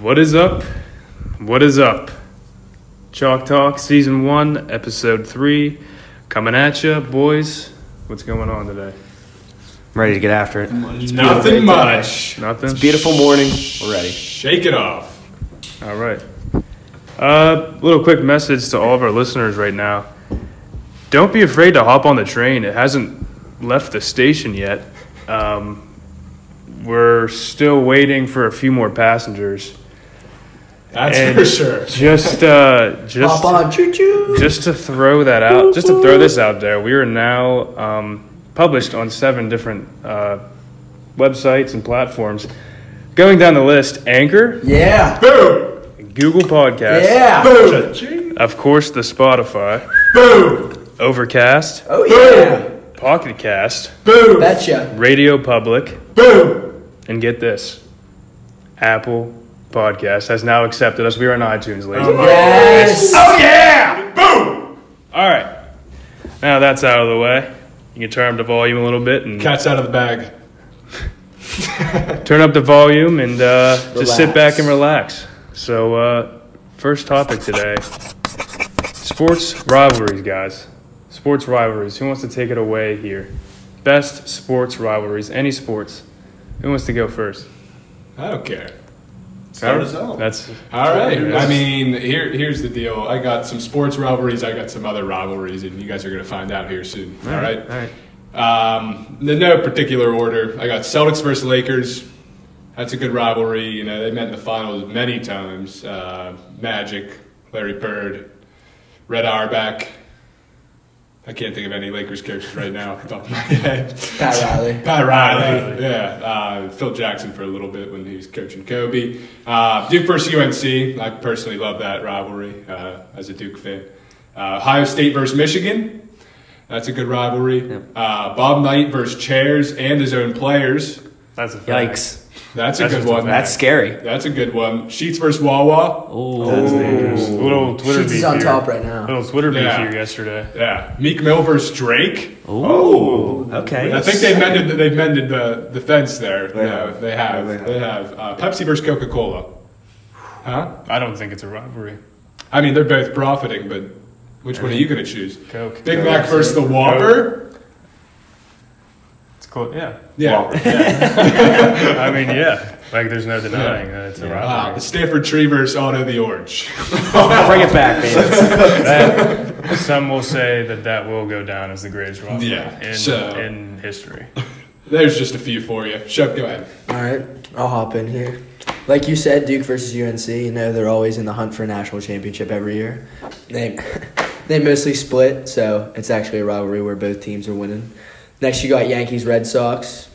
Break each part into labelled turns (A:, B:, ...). A: What is up? What is up? Chalk Talk Season 1, Episode 3. Coming at ya, boys. What's going on today?
B: I'm ready to get after it.
C: Nothing much.
A: Nothing?
B: It's a beautiful morning. We're ready.
C: Shake it off.
A: All right. Uh, little quick message to all of our listeners right now. Don't be afraid to hop on the train. It hasn't left the station yet. Um, we're still waiting for a few more passengers.
C: That's
A: And-
C: for sure.
A: Just, uh, just.
B: choo choo.
A: just to throw that out, just to throw this out there, we are now um, published on seven different uh, websites and platforms. Going down the list, Anchor,
B: Yeah.
C: Boom!
A: Google Podcasts,
B: Yeah.
C: Boom!
A: of course, the Spotify,
C: Boom!
A: Overcast,
B: Oh
C: yeah.
A: Pocket Cast,
C: Boom!
B: Betcha.
A: Radio Public,
C: Boom!
A: and get this, Apple Podcast has now accepted us. We are on iTunes, ladies.
B: Um, Yes.
C: Oh yeah! Boom!
A: All right, now that's out of the way. You can turn up the volume a little bit and
C: Cat's out of the bag.
A: turn up the volume and uh, just sit
B: Relax.
A: back and relax. So, uh, first topic today sports rivalries, guys. Sports rivalries. Who wants to take it away here? Best sports rivalries, any sports. Who wants to go first?
C: I don't care.
D: Start us out.
A: That's
C: All right.
A: Yes.
C: I mean, here, here's the deal. I got some sports rivalries. I got some other rivalries, and you guys are going to find out here soon. All right.
A: all right.
C: Um, in no particular order. I got Celtics versus Lakers. That's a good rivalry. You know, they met in the finals many times. Uh, Magic, Larry Bird, Red Auerbach. I can't think of any Lakers characters right now off the top of my head.
B: Pat Riley.
C: Pat Riley, yeah. Uh, Phil Jackson for a little bit when he was coaching Kobe. Uh, Duke versus UNC. I personally love that rivalry uh, as a Duke fan. Uh, Ohio State versus Michigan. That's a good rivalry. Uh, Bob Knight versus chairs and his own players.
A: That's a fact.
B: Yikes.
C: That's a
A: That's
C: good
A: just a
C: one.
A: fact.
B: That's
C: That's,
B: scary.
C: that's a good one. Sheets versus Wawa.
A: That's
B: Oh.
A: dangerous. Little Twitter
B: Sheets
A: beef
B: is on
A: here.
B: top right now.
A: Little Twitter beef
C: Yeah.
A: here yesterday.
C: Yeah. Meek Mill versus Drake.
B: Oh. Okay.
C: I think they've mended, they've mended the, the fence there.
D: They
C: They
D: have.
C: They have.
D: They have.
C: They have. Uh, Pepsi versus Coca Cola. Huh?
A: I don't think it's a rivalry.
C: I mean, they're both profiting, but which one are you going to choose?
A: Coke.
C: Big Mac versus the Whopper?
A: It's close. Yeah.
C: Yeah.
A: I mean, yeah. Like, there's no denying that it's a
C: Uh,
A: rivalry.
C: the Stanford Tree versus Otto the Orange.
B: Bring it back, baby.
A: That- some will say that that will go down as the greatest rivalry
C: Yeah,
A: in,
C: so-
A: in history.
C: There's just a few for you. Shep, go ahead.
E: All right, I'll hop in here. Like you said, Duke versus UNC. You know they're always in the hunt for a national championship every year. They they mostly split, so it's actually a rivalry where both teams are winning. Next, you got Yankees Red Sox.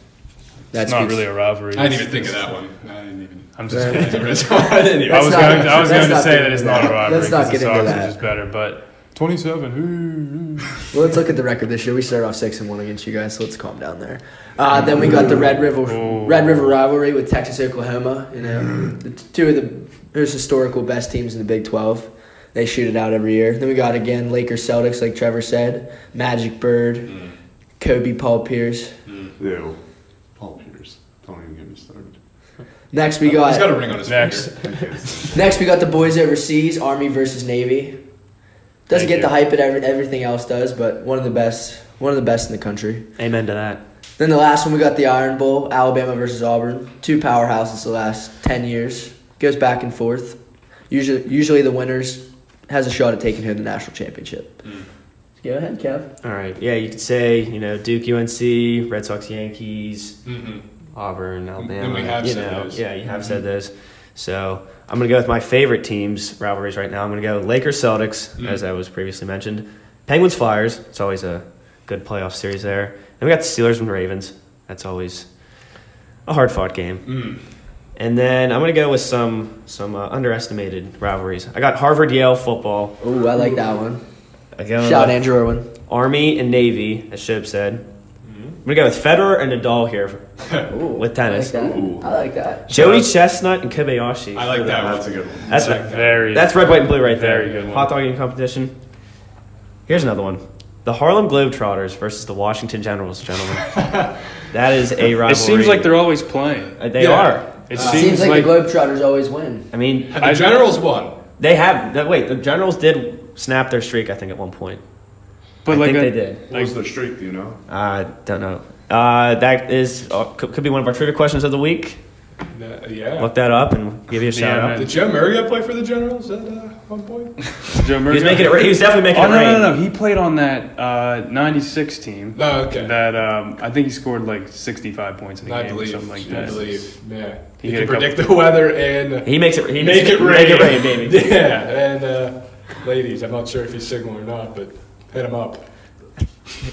A: That's not really a rivalry.
C: I didn't
A: It's-
C: even think of that one. I didn't even.
A: I'm just
E: Right.
A: kidding.
C: I didn't even.
A: I was
E: not-
A: going. I was
E: let's
A: going to
E: not
A: say
E: get
A: that it's
E: into
A: not a
E: that.
A: rivalry
E: Let's not
A: because the
E: get into
A: Sox
E: that.
A: is just better. But 27. ooh, ooh.
E: Well, let's look at the record this year. We started off six and one against you guys, so let's calm down there. Uh, then we got the Red River
A: Ooh.
E: Red River rivalry with Texas Oklahoma. You know,
D: Mm.
E: the t- two of the most historical best teams in the Big Twelve. They shoot it out every year. Then we got again Lakers Celtics, like Trevor said, Magic Bird, Kobe Paul Pierce.
D: Ew. Paul Pierce. Don't even get me started.
E: Next we
C: He's got
E: got
C: a ring on his
A: Next.
C: finger.
D: Thank you.
E: next we got the boys overseas Army versus Navy. Doesn't
A: Thank
E: get
A: you.
E: the hype that every, everything else does, but one of the best, one of the best in the country.
B: Amen to that.
E: Then the last one we got the Iron Bowl, Alabama versus Auburn. Two powerhouses the last ten years. Goes back and forth. Usually, usually the winners has a shot at taking home the national championship. Mm. Go ahead, Kev.
B: All right. Yeah, you could say you know Duke, UNC, Red Sox, Yankees,
C: hmm
B: Auburn, Alabama.
C: we have
B: you
C: said
B: know,
C: those. Mm-hmm.
B: yeah, you have said those. So I'm gonna go with my favorite teams rivalries right now. I'm gonna go Lakers Celtics,
C: Mm.
B: as I was previously mentioned. Penguins Flyers. It's always a good playoff series there. And we got the Steelers and Ravens. That's always a hard fought game.
C: Mm.
B: And then I'm gonna go with some some uh, underestimated rivalries. I got Harvard Yale football.
E: Ooh, I like that one.
B: I go
E: Shout out Andrew Irwin.
B: Army and Navy, as Shib said.
C: Mm-hmm.
B: I'm gonna go with Federer and Nadal here.
E: Ooh,
B: With tennis.
E: I like that.
D: Ooh.
E: I like that.
B: Jody Chestnut and Kobayashi.
C: I like that
D: That's
C: one.
D: a good one.
B: That's
C: Like that.
A: Very.
B: That's red, white, and blue right there.
A: Very good one.
B: Hot dog eating competition. Here's another one. The Harlem Globetrotters versus the Washington Generals, gentlemen. that is a rivalry.
A: It seems like they're always playing.
B: Uh, They
C: Yeah.
B: are.
A: It
E: It seems,
A: seems
E: like,
A: like
E: the Globetrotters always win.
B: I mean,
C: The Generals won.
B: they have. no, Wait, the Generals did snap their streak. I think at one point.
A: But
B: I
A: like
B: think
A: a-
B: they did.
D: What was their streak, do you know?
B: I don't know. Uh, that is uh, could, could be one of our trivia questions of the week.
C: Uh, yeah.
B: Look that up and give you a shout
A: Yeah,
B: out.
A: man.
C: Did Joe Maria play for the Generals at uh, one point?
A: Joe
B: He
A: Murray.
B: was making it. ra- He was definitely making
A: Oh
B: it
A: no,
B: rain.
A: no, no, no! He played on that uh, '96 team.
C: Oh, okay.
A: That um, I think he scored like 65 points in a
C: I
A: game
C: believe.
A: or something like
C: I
A: that.
C: believe. Yeah.
A: He
C: He,
A: hit a
C: can
A: couple-
C: predict the weather and
B: He makes it. He
C: make
B: makes
C: it rain.
B: Make it rain, baby.
C: yeah. And uh, ladies, I'm not sure if he's signaling or not, but hit him up.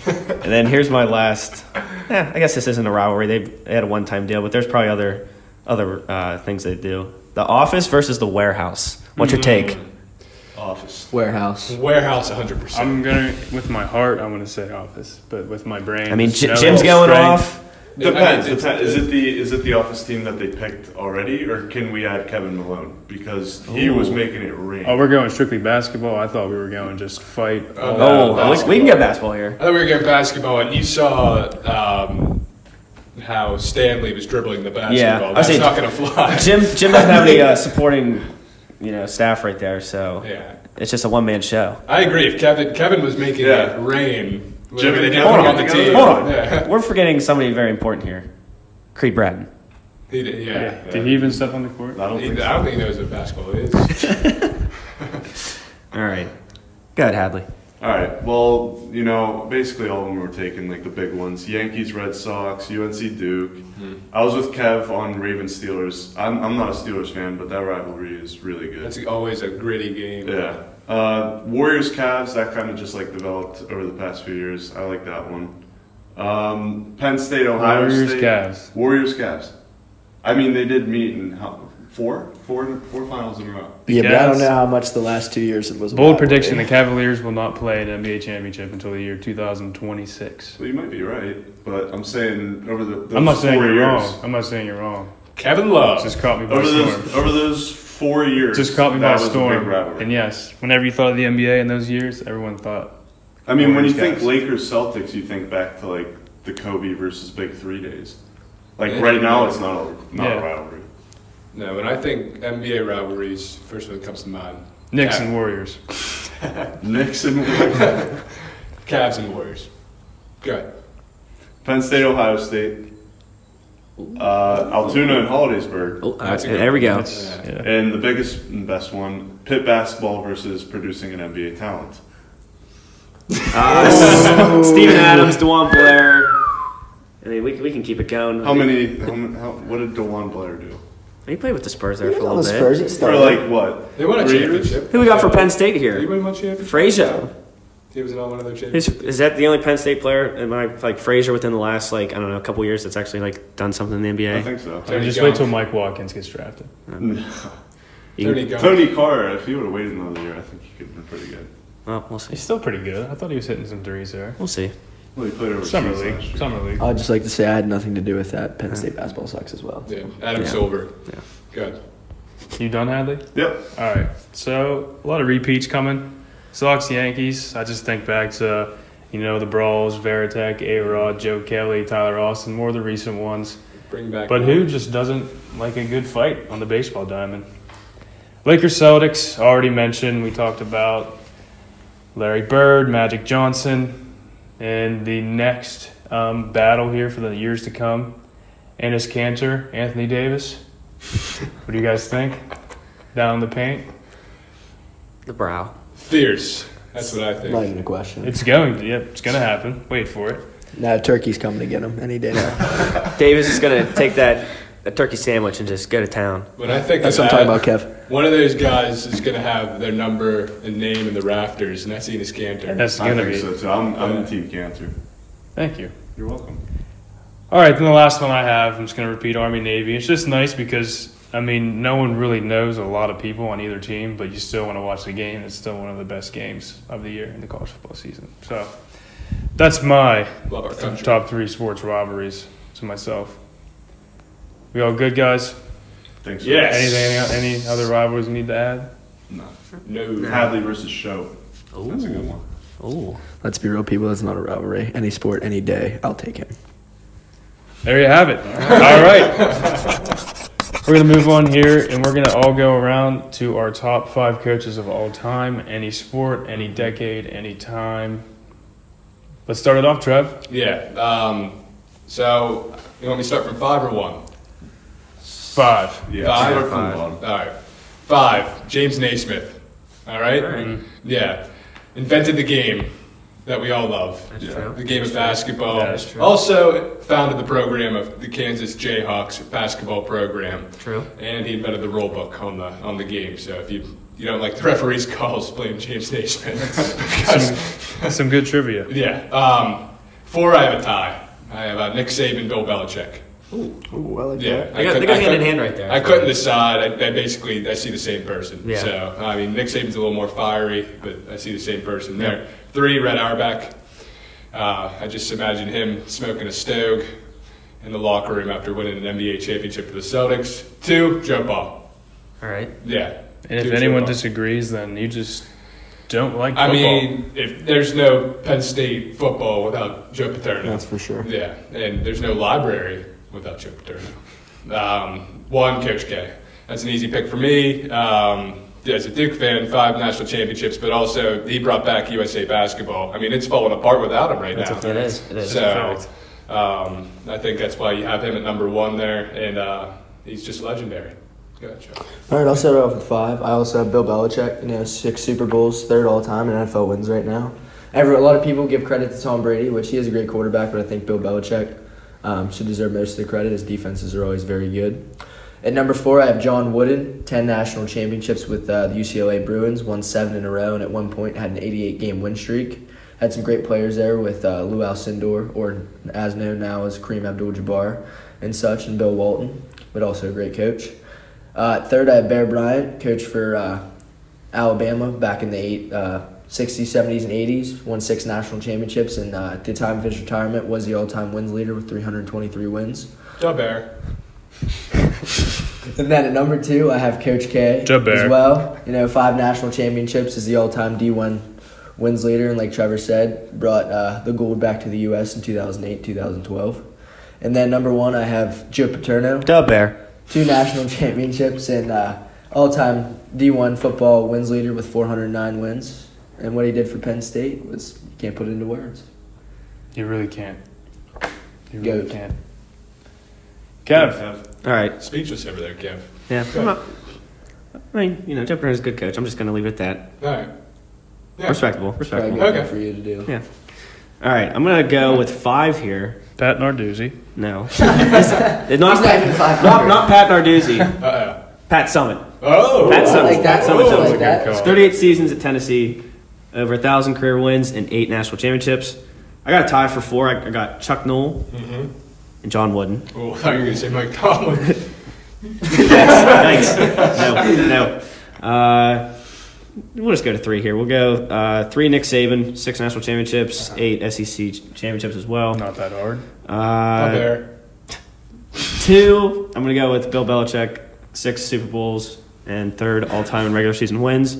B: And then here's my last. Yeah, I guess this isn't a rivalry. They they had a one time deal, but there's probably other other uh, things they do. The office versus the warehouse. What's
C: Mm.
B: your take?
D: Office.
E: Warehouse.
C: Warehouse 100%.
A: I'm gonna with my heart. I want to say office, but with my brain.
B: I mean, J-
A: Jim's
B: Jim's going off.
D: Depends.
C: I mean, it's-
D: depends. Is it the is it the office team that they picked already, or can we add Kevin Malone because he was making it rain?
A: Oh, we're going strictly basketball. I thought we were going just fight.
C: Oh,
A: all
B: Oh,
A: out.
C: Uh,
B: we, we can get basketball here.
C: I thought we were getting basketball, and you saw um, how Stanley was dribbling the basketball.
B: Yeah, I
C: That's
B: see.
C: not going to fly.
B: Jim Jim doesn't have any uh, supporting, you know, staff right there, so
C: yeah.
B: it's just a one man show.
C: I agree. If Kevin Kevin was making
D: Yeah.
C: it rain,
D: Jim
C: whatever
D: and
C: they did
D: Kevin
C: on the
D: got
C: team.
D: together.
B: Hold on,
C: Yeah.
B: we're forgetting somebody very important here, Creed Bratton.
C: He did, yeah.
A: Yeah. Did he even step on the court?
D: I don't
C: He-
D: think
C: I
D: so.
C: don't think he knows what basketball is.
B: All right, go ahead, Hadley.
D: All right. Well, you know, basically all of them were taken, like the big ones: Yankees, Red Sox, UNC, Duke. I was with Kev on Ravens, Steelers. I'm I'm not a Steelers fan, but that rivalry is really good.
C: That's always a gritty game.
D: Yeah. Uh, Warriors, Cavs, that kind of just like developed over the past few years. I like that one. Um, Penn State, Ohio
A: Warriors,
D: State.
A: Cavs.
D: Warriors, Cavs. I mean, they did meet in how, four, four, four finals in a row.
A: Yeah, but I don't know
E: how much the last two years it was.
A: Bold prediction: The Cavaliers will not play an NBA championship until the year 2026.
D: So you might be right, but I'm saying over the those
A: I'm not
D: four
A: saying you're
D: years,
A: wrong. I'm not saying you're wrong.
C: Kevin Love.
A: Just caught me by
D: Over
A: storm.
D: those, over those four years,
A: Just caught me
D: that
A: by
D: was a big
A: storm.
D: rivalry.
A: And yes, whenever you thought of the NBA in those years, everyone thought
D: I mean, when you
A: Warriors, Cavs.
D: think Lakers, Celtics, you think back to like the Kobe versus Big Three days. Like
C: Yeah.
D: right now, it's not a, not
A: Yeah.
D: a rivalry.
C: no, when I think NBA rivalries, first one that comes to mind
A: Knicks
C: Yeah.
A: and Warriors.
D: Knicks and Warriors.
C: Cavs and Warriors. Go ahead.
D: Penn State, Ohio State, uh, Altoona and Hollidaysburg,
B: Oh,
C: That's a good
B: there we go.
A: That's-
C: Yeah.
A: yeah.
D: and the biggest and best one, Pitt basketball versus producing an NBA talent.
B: Uh, Steven Adams, Dewan Blair. I mean, we, can- we can keep it going.
D: How many? How, many- how, what did Dewan Blair do
B: He played with the Spurs there
E: He
B: for a
E: was on
B: little bit.
E: the Spurs. He
D: for
E: started.
D: like what?
C: They won a
D: Three
C: championship.
B: Who we got for Penn State
C: Did
B: here?
C: anybody won a championship?
B: Frazier.
C: He was in on one of their
B: Is,
C: championships.
B: is that the only Penn State player? Am I like Frazier within the last like I don't know a couple years that's actually like done something in the
D: I
B: NBA?
D: think so.
A: I mean, just wait till Mike Watkins gets drafted.
B: You-
C: Tony Gunn.
D: Tony Carr, if he would have waited another year, I think he could have been pretty good.
B: Well, we'll
A: He's
B: see.
A: still pretty good. I thought he was hitting some threes there.
B: We'll see.
D: Well, he played over
A: Summer league. Summer league.
E: I'd just like to say I had nothing to do with that. Penn State basketball sucks as well.
C: Yeah, Adam
B: Yeah.
C: Silver.
B: Yeah.
C: Good.
A: You done, Hadley?
D: Yep.
A: All right. So a lot of repeats coming. Sox, Yankees. I just think back to, you know, the brawls, Veritek, A Rod, Joe Kelly, Tyler Austin, more of the recent ones.
C: Bring back.
A: But who just doesn't like a good fight on the baseball diamond? Lakers Celtics, already mentioned. We talked about Larry Bird, Magic Johnson, and the next um, battle here for the years to come. Ennis Cantor, Anthony Davis. what do you guys think? Down in the paint?
B: The brow.
C: Fierce. That's what I think.
E: Not even a question.
A: It's going to, yep, it's going to happen. Wait for it.
E: Now Turkey's coming to get him any day now.
B: Davis is gonna take that a turkey sandwich and just go to town.
C: When I think
E: That's
C: of
E: what
C: that,
E: I'm talking about, Kev.
C: One of those guys is going to have their number and name in the rafters, and that's Enos Cantor.
A: That's
D: I
A: going to
D: think
A: be.
D: so too. I'm, I'm
C: Yeah.
D: Team Cantor.
A: Thank you.
D: You're welcome.
A: All right, then the last one I have, I'm just going to repeat Army Navy. It's just nice because, I mean, no one really knows a lot of people on either team, but you still want to watch the game. It's still one of the best games of the year in the college football season. So that's my
C: Love our country.
A: top three sports rivalries to myself. We all good, guys?
D: Thanks.
C: Yes.
A: Anything, any other rivalries we need to add?
D: No.
C: No.
D: Hadley versus Show. That's a good one.
B: Oh,
E: Let's be real, people. That's not a rivalry. Any sport, any day, I'll take him.
A: There you have it. All right. We're gonna move on here, and we're gonna all go around to our top five coaches of all time, any sport, any decade, any time. Let's start it off, Trev.
C: Yeah. Um, so you want me to start from five or one?
A: Five.
D: Yeah,
C: Five.
D: start from the
B: Five.
D: bottom.
C: All right. Five. James Naismith. All right. Yeah. Invented the game that we all love.
D: Yeah.
C: The game of basketball.
A: That is true.
C: Also founded the program of the Kansas Jayhawks basketball program.
B: True.
C: And he invented the rule book on the on the game. So if you you don't like the referee's calls, blame James Naismith. Because-
A: Some good trivia.
C: yeah. Um, four. I have a tie. I have uh, Nick Saban, Bill Belichick.
E: Ooh, I like
C: Yeah,
F: They go-
C: couldn't-
F: they go hand in
C: couldn't-
F: hand right there.
C: I couldn't decide. I, I basically I see the same person.
F: Yeah.
C: So I mean, Nick Saban's a little more fiery, but I see the same person there. Three, Red Auerbach. Uh, I just imagine him smoking a stove in the locker room after winning an NBA championship for the Celtics. Two, Joe Ball.
F: All right.
C: Yeah.
A: And if
C: Two, Joe
A: anyone
C: Ball.
A: disagrees, then you just don't like football.
C: I mean, if there's no Penn State football without Joe Paterno.
E: That's for sure.
C: Yeah, and there's no library without Joe Paterno. Um, one, Coach K. That's an easy pick for me. Um, as a Duke fan, five national championships, but also he brought back USA basketball. I mean, it's falling apart without him right now.
F: It is. It is.
C: So um, I think that's why you have him at number one there, and uh, he's just legendary. Go ahead, Joe.
E: All right, I'll start off with five. I also have Bill Belichick, you know, six Super Bowls, third all time, and NFL wins right now. Every, a lot of people give credit to Tom Brady, which he is a great quarterback, but I think Bill Belichick um, should deserve most of the credit. His defenses are always very good. At number four, I have John Wooden, 10 national championships with uh, the UCLA Bruins, won seven in a row, and at one point had an 88 game win streak. Had some great players there with uh, Lou Alcindor, or as known now as Kareem Abdul Jabbar, and such, and Bill Walton, but also a great coach. Uh, third, I have Bear Bryant, coach for uh, Alabama back in the eight, uh, 60s, 70s, and 80s. Won six national championships, and uh, at the time of his retirement, was the all-time wins leader with 323 wins.
C: Joe Bear.
E: And then at number two, I have Coach K
A: Da Bear.
E: as well. You know, five national championships is the all-time D1 wins leader, and like Trevor said, brought uh, the gold back to the U.S. in 2008, 2012. And then number one, I have Joe Paterno.
B: Dub Bear.
E: two national championships and uh, all-time D1 football wins leader with 409 wins. And what he did for Penn State was can't put it into words.
A: you really can't. You
E: Go.
A: really can't. Kev.
B: All right.
C: Speechless over there, Kev.
B: Yeah.
C: Go ahead.
B: I mean, you know, Joe Burns is a good coach. I'm just going to leave it at that.
C: All right. Yeah.
B: Respectable.
E: Probably
B: Respectable.
E: good
C: Okay.
E: for you to do.
B: Yeah. All right. I'm going to go with five here.
A: Pat Narduzzi.
B: No. It's not,
E: He's not even five
B: not,
E: hundred.
B: not Pat Narduzzi.
C: Uh-oh.
B: Pat Summit.
C: Oh.
B: Pat
E: I
B: Summit.
E: like that.
B: Pat Summit.
E: I
C: Oh,
E: like
B: Summit.
E: that.
C: good call.
B: 38 seasons at Tennessee, over 1,000 career wins and eight national championships. I got a tie for four. I I got Chuck Noll
C: Mm-hmm.
B: and John Wooden.
C: Oh, I thought you were going to say Mike Tomlin.
B: Thanks. No, no. Uh, we'll just go to three here. We'll go uh, three Nick Saban, six national championships,
C: Uh-huh.
B: eight SEC championships as well.
A: Not that hard.
C: Up
B: Uh,
C: there.
B: two, I'm going to go with Bill Belichick, six Super Bowls, and third all time in regular season wins.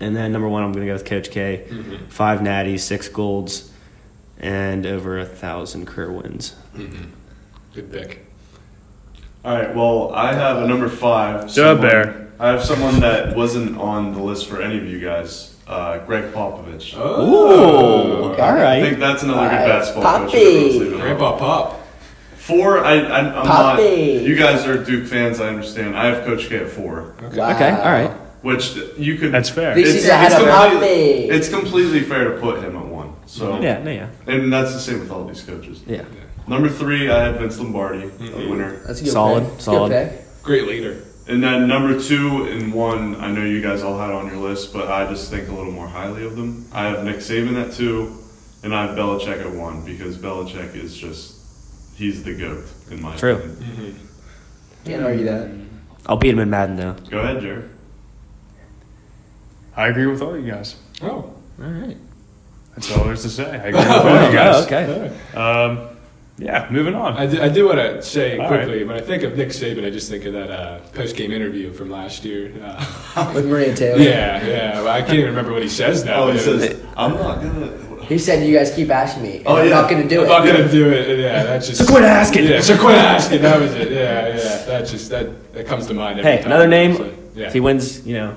B: And then number one, I'm going to go with Coach K, five natties, six golds, and over a thousand career wins.
C: Good pick.
D: All right. Well, I have a number five.
A: Dub
D: someone-
A: Bear.
D: I have someone that wasn't on the list for any of you guys. Uh, Greg Popovich.
B: Oh! Ooh,
E: okay.
B: all
D: I
B: right.
D: think that's another good
E: Alright.
D: basketball coach.
E: Poppy.
D: Let's leave it alone.
C: Grandpa Pop.
D: Four. I, I, I'm
E: Poppy.
D: not. You guys are Duke fans. I understand. I have Coach K at four,
B: Okay, all right.
D: which you could.
A: That's fair.
E: This is ahead of Poppy.
D: it's completely fair to put him at one. So
B: Yeah, no, yeah,
D: and that's the same with all these coaches.
B: yeah.
D: Number three, I have Vince Lombardi, a winner.
E: That's a good
B: Solid,
E: pick. That's a
B: solid.
E: Good pick.
C: Great leader.
D: And then number two and one, I know you guys all had on your list, but I just think a little more highly of them. I have Nick Saban at two, and I have Belichick at one because Belichick is just he's the goat in my
B: True.
D: opinion.
E: Can't argue that.
B: I'll beat him in Madden though.
D: Go ahead, Jared.
A: I agree with all you guys.
C: Oh.
F: All right.
A: That's all there's to say. I agree with all you
B: Oh,
A: guys.
B: okay.
A: Um, yeah, moving on.
C: I do, I do want to say
A: All
C: quickly when I think of Nick Saban, I just think of that uh, post game interview from last year. Uh,
E: With Maria Taylor.
C: yeah, yeah. Well, I can't even remember what he says now.
D: Oh, he
C: but-
D: says I'm not gonna.
E: He said you guys keep asking me. And
D: Oh,
E: I'm
D: yeah.
E: not gonna do
C: I'm
E: it.
C: not gonna do it. Yeah, that's just.
B: So quit asking.
C: Yeah, so quit asking. That was it. Yeah, yeah. That just that that comes to mind. Every
B: Hey,
C: time.
B: another name.
C: So, yeah.
B: If he wins, you know,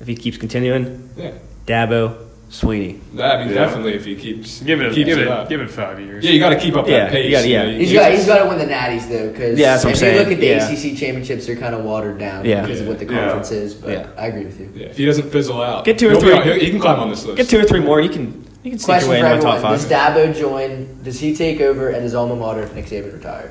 B: if he keeps continuing,
C: yeah.
B: Dabo Sweeney.
C: I mean,
D: Yeah.
C: definitely if he keeps
A: Give it, a,
C: keeps
A: give it,
C: up.
A: give it five years.
C: yeah, you got to keep up
B: Yeah,
C: that pace.
B: you gotta- yeah.
C: You know,
E: He's
C: you
E: got,
C: just-
E: he's got to win the natties though, because
B: Yeah, that's what I'm
E: if
B: saying.
E: you look at the
B: Yeah.
E: ACC championships, they're kind of watered down
B: Yeah.
E: because of what the
D: Yeah.
E: conference is. But
B: Yeah.
E: I agree with you.
C: yeah, if he doesn't fizzle out,
B: Get two or
C: he'll be
B: three.
C: on- he'll- He can climb on this list.
B: Get two or three more, you can you can sneak
E: Question for
B: away in my
E: everyone:
B: top
E: Does
B: five.
E: Dabo join? Does he take over at his alma mater if Nick Saban retires?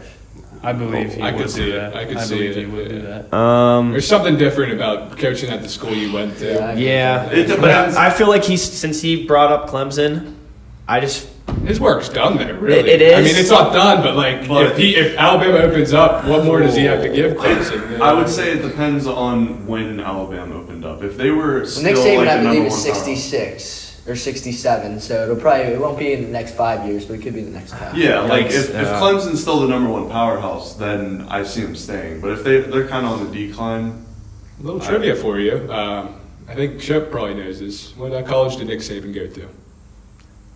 A: I believe he
C: I
A: would
C: could see
A: do
C: it.
A: that.
C: I could see
A: believe he
C: it,
A: would do
C: yeah.
A: that.
B: Um,
C: There's something different about coaching at the school you went to.
E: Yeah.
B: yeah,
D: It
B: but
D: depends.
B: I, I feel like he's since he brought up Clemson, I just
C: His work's done there, really.
B: It- it
C: I
B: is.
C: mean, it's not done, but like,
D: But-
C: if he if Alabama opens up, what more does he have to give uh, Clemson? You know?
D: I would say it depends on when Alabama opened up. If they were
E: Well,
D: still
E: Nick Saban,
D: like
E: I
D: the number
E: believe,
D: one
E: is
D: power.
E: 66 or 67, so it'll probably it won't be in the next five years, but it could be the next time.
D: Yeah, like if, if
B: Yeah.
D: Clemson's still the number one powerhouse, then I see them staying. But if they they're kind of on the decline,
C: A little trivia for you. Um, I think Shep probably knows this. What uh, college did Nick Saban go to?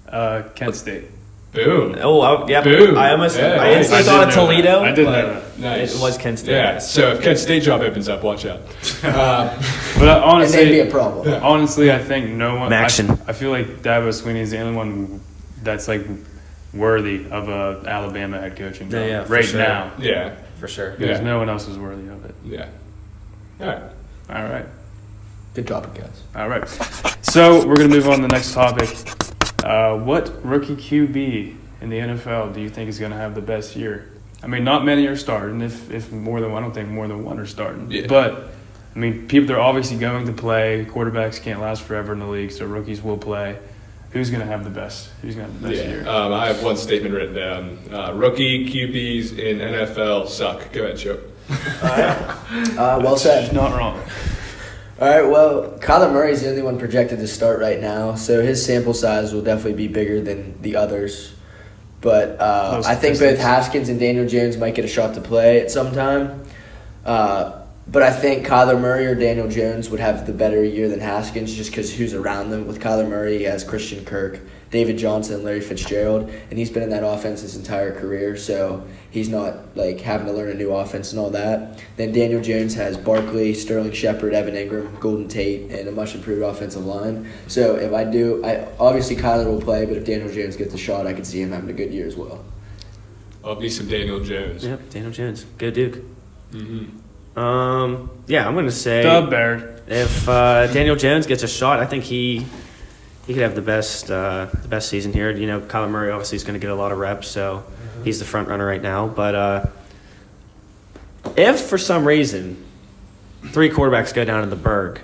A: Uh, Kent State.
C: Boom.
B: oh I, yeah,
C: Boom.
B: I almost
C: Yeah,
B: I
C: nice.
B: instantly
C: I
B: thought of
A: did know that.
B: Toledo.
A: I did know
B: but
A: that.
C: Nice.
B: It was Kent State.
C: Yeah. So if Kent State job opens up, watch out. Uh,
A: But I,
E: And
A: honestly,
E: that'd be a problem.
A: Honestly, I think no one. I-
B: Maction.
A: I, feel like Dabo Sweeney is the only one that's like worthy of a Alabama head coaching job
B: Yeah, yeah, for
A: right
B: sure.
A: now.
C: yeah.
B: for sure.
A: Because
C: Yeah.
A: no one else is worthy of it.
C: Yeah. All right.
A: All right,
E: Good topic, guys.
A: all right. So we're gonna move on to the next topic. Uh, what rookie QB in the NFL do you think is gonna have the best year? I mean, not many are starting. If if more than one, I don't think more than one are starting.
C: Yeah.
A: But I mean, people they're obviously going to play. Quarterbacks can't last forever in the league, so rookies will play. Who's gonna have the best? Who's gonna have the best year?
C: Yeah. Um, I have one statement written down. Uh, rookie QBs in NFL suck. Go ahead, Chip.
E: Uh, well
A: She's
E: said.
A: not wrong.
E: All right, well, Kyler Murray's the only one projected to start right now, so his sample size will definitely be bigger than the others. But uh,
A: Close
E: I think both
A: distance.
E: Haskins and Daniel Jones might get a shot to play at some time. Uh, but I think Kyler Murray or Daniel Jones would have the better year than Haskins just because who's around them. With Kyler Murray, he has Christian Kirk, David Johnson, Larry Fitzgerald, and he's been in that offense his entire career, so he's not like having to learn a new offense and all that. Then Daniel Jones has Barkley, Sterling Shepard, Evan Ingram, Golden Tate, and a much improved offensive line. So if I do, I obviously Kyler will play, but if Daniel Jones gets the shot, I could see him having a good year as well.
C: I'll be some Daniel Jones.
B: Yep, Daniel Jones, go Duke.
C: hmm
B: Um, yeah, I'm gonna say
A: Mm-hmm. Dub Bear.
B: if uh, Daniel Jones gets a shot, I think he he could have the best uh, the best season here. You know, Kyler Murray obviously is going to get a lot of reps, so he's the front runner right now. But uh, if for some reason three quarterbacks go down in the Berg,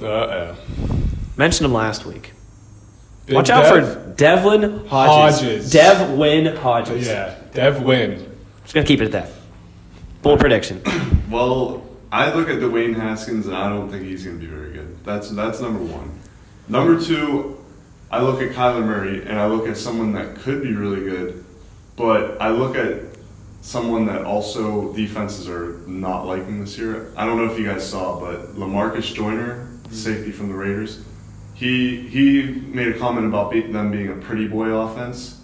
C: Uh oh.
B: mentioned him last week. Watch out for Devlin Hodges.
C: Hodges.
B: Devwin Hodges.
C: Yeah, Dev Wynn.
B: Just gonna keep it at that. Bold prediction.
D: well, I look at Dwayne Haskins and I don't think he's going to be very good. That's that's number one. Number two, I look at Kyler Murray and I look at someone that could be really good, but I look at someone that also defenses are not liking this year. I don't know if you guys saw, but Lamarcus Joyner, safety from the Raiders, he he made a comment about be, them being a pretty boy offense.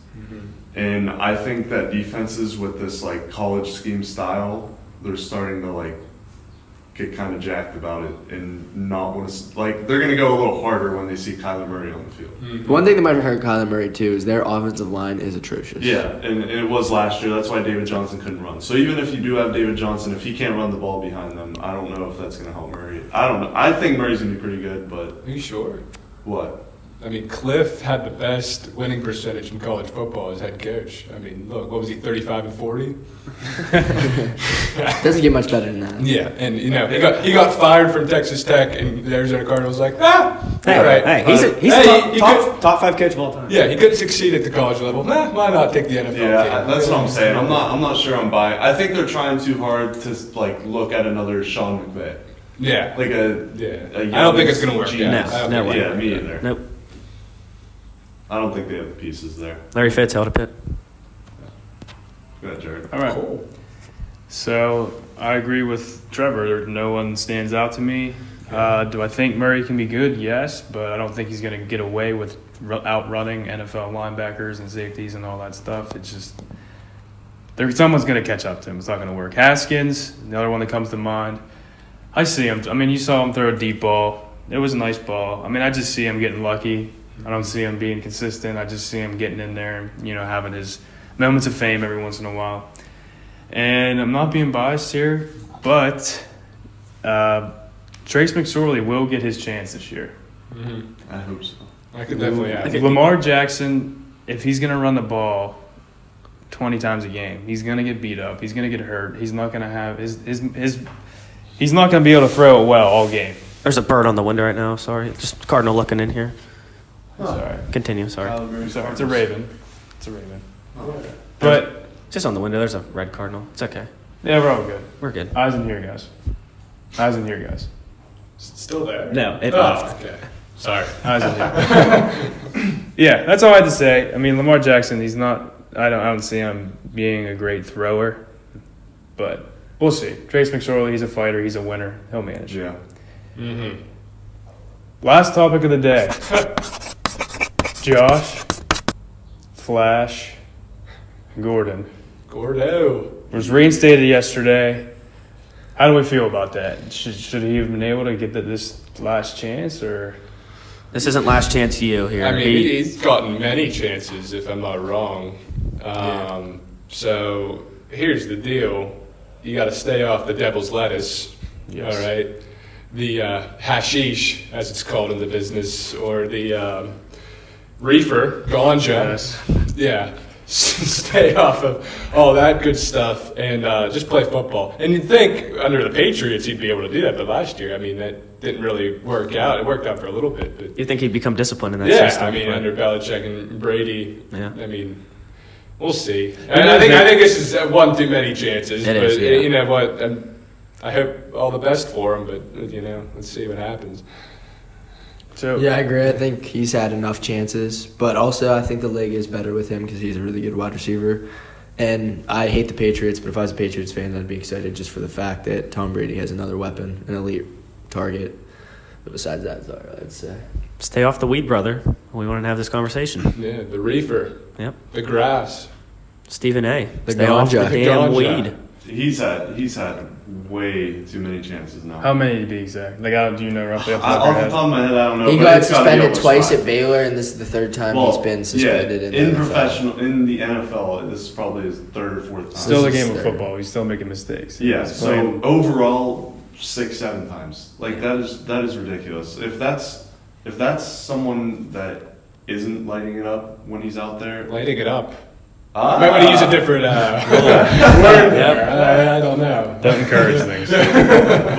D: And I think that defenses with this like college scheme style, they're starting to like get kind of jacked about it and not want to like they're gonna go a little harder when they see Kyler Murray on the field.
E: One thing that might hurt Kyler Murray too is their offensive line is atrocious.
D: Yeah, and, and it was last year. That's why David Johnson couldn't run. So even if you do have David Johnson, if he can't run the ball behind them, I don't know if that's gonna help Murray. I don't know. I think Murray's gonna be pretty good, but
C: Are you sure?
D: what?
C: I mean, Cliff had the best winning percentage in college football as head coach. I mean, look, what was he, 35 and 40?
E: Doesn't get much better than that.
C: Yeah, and you know, he got, he got fired from Texas Tech, and the Arizona Cardinals like, ah,
B: Hey,
C: all right.
B: hey, he's a, he's
C: Hey,
B: top,
C: you
B: top,
C: could-
B: top five coach of all time.
C: yeah, he couldn't succeed at the college level. Nah, why not take the NFL
D: Yeah,
C: team?
D: that's what I'm saying. I'm not. I'm not sure. I'm buying. I think they're trying too hard to like look at another Sean McVay,
C: Yeah,
D: like a.
C: yeah.
D: a
C: I don't think it's
D: young
C: going to work.
D: genius.
C: yeah. I don't
B: No,
C: think-
B: no
D: Yeah, me either.
B: Nope.
D: I don't think they have the pieces there.
B: Larry Fitz held a pit.
D: Go ahead, Jared.
A: All right.
C: Cool.
A: So I agree with Trevor. There- No one stands out to me. Uh, do I think Murray can be good? Yes, but I don't think he's going to get away with ru- outrunning NFL linebackers and safeties and all that stuff. It's just there, someone's going to catch up to him. It's not going to work. Haskins, the other one that comes to mind. I see him. I mean, you saw him throw a deep ball. It was a nice ball. I mean, I just see him getting lucky. I don't see him being consistent. I just see him getting in there and you know having his moments of fame every once in a while. And I'm not being biased here, but uh, Trace McSorley will get his chance this year.
D: I hope so.
C: Mm-hmm. I could definitely add.
A: Lamar Jackson, if he's going to run the ball 20 times a game, he's going to get beat up. He's going to get hurt. He's not going to have his his his. He's not going to be able to throw it well all game.
B: There's a bird on the window right now. Sorry, just cardinal looking in here.
A: Sorry,
B: Continue.
C: Oh.
B: Sorry,
A: sorry. It's a raven. It's a raven. But
B: just on the window. There's a red cardinal. It's okay.
A: yeah, we're all good.
B: We're good.
A: Eyes in here, guys. Eyes in here, guys.
C: Still there?
B: No, it
C: oh,
B: left.
C: okay. Sorry.
A: Eyes in here. yeah, that's all I had to say. I mean, Lamar Jackson, he's not. I don't. I don't see him being a great thrower, but we'll see. Trace McSorley, he's a fighter. He's a winner. He'll manage.
D: Yeah.
A: Last topic of the day. Josh, Flash, Gordon
C: Gordo.
A: was reinstated yesterday. How do we feel about that? Should, should he have been able to get the, this last chance, or
B: This isn't last chance you here.
C: I mean,
B: He-
C: he's gotten many chances, if I'm not wrong. Um, So here's the deal: you got to stay off the devil's lettuce.
A: Yes.
C: All right, the uh, hashish, as it's called in the business, or the um, reefer, ganja.
A: Yes.
C: Yeah. Stay off of all that good stuff and uh, just play football. And you'd think under the Patriots he'd be able to do that, but last year, I mean, that didn't really work out. It worked out for a little bit, but
B: you think he'd become disciplined in that
C: yeah,
B: system?
C: I mean,
B: but-
C: under Belichick and Brady,
B: Yeah.
C: I mean, we'll see. And I think I think this is uh, one too many chances.
B: It
C: but
B: is, yeah.
C: you know what? i I hope all the best for him, but uh, you know, let's see what happens.
A: so?
E: Yeah, I agree. I think he's had enough chances, but also I think the league is better with him because he's a really good wide receiver. And I hate the Patriots, but if I was a Patriots fan, I'd be excited just for the fact that Tom Brady has another weapon, an elite target. But besides that, it's all right, I'd say.
B: Stay off the weed, brother. We want to have this conversation.
C: Yeah, the reefer,
B: Yep.
C: the grass.
B: Stephen A.
E: The
B: Stay off the
E: ganja. The
B: damn
C: ganja.
B: weed.
D: He's had he's had way too many chances now.
A: How many to be exact? Like, I don't, do you know roughly off the
D: I,
A: top of
D: off
A: your
D: the
A: head?
D: top of my head, I don't know.
E: he
D: but
E: got
D: it's gotta be
E: suspended
D: over
E: twice
D: five.
E: at Baylor, and this is the third time
D: Well,
E: he's been suspended
D: yeah,
E: in, the NFL.
D: professional in the NFL. This is probably his third or fourth time.
A: Still a
E: This is
A: game of
E: third.
A: football. He's still making mistakes.
D: Yeah.
A: He's
D: So
A: playing-
D: overall, six seven times. Like that is that is ridiculous. If that's if that's someone that isn't lighting it up when he's out there,
C: Lighting it up.
D: ah,
C: I might want to use a different uh, word there. Uh, I, I don't know.
A: don't encourage things.
D: But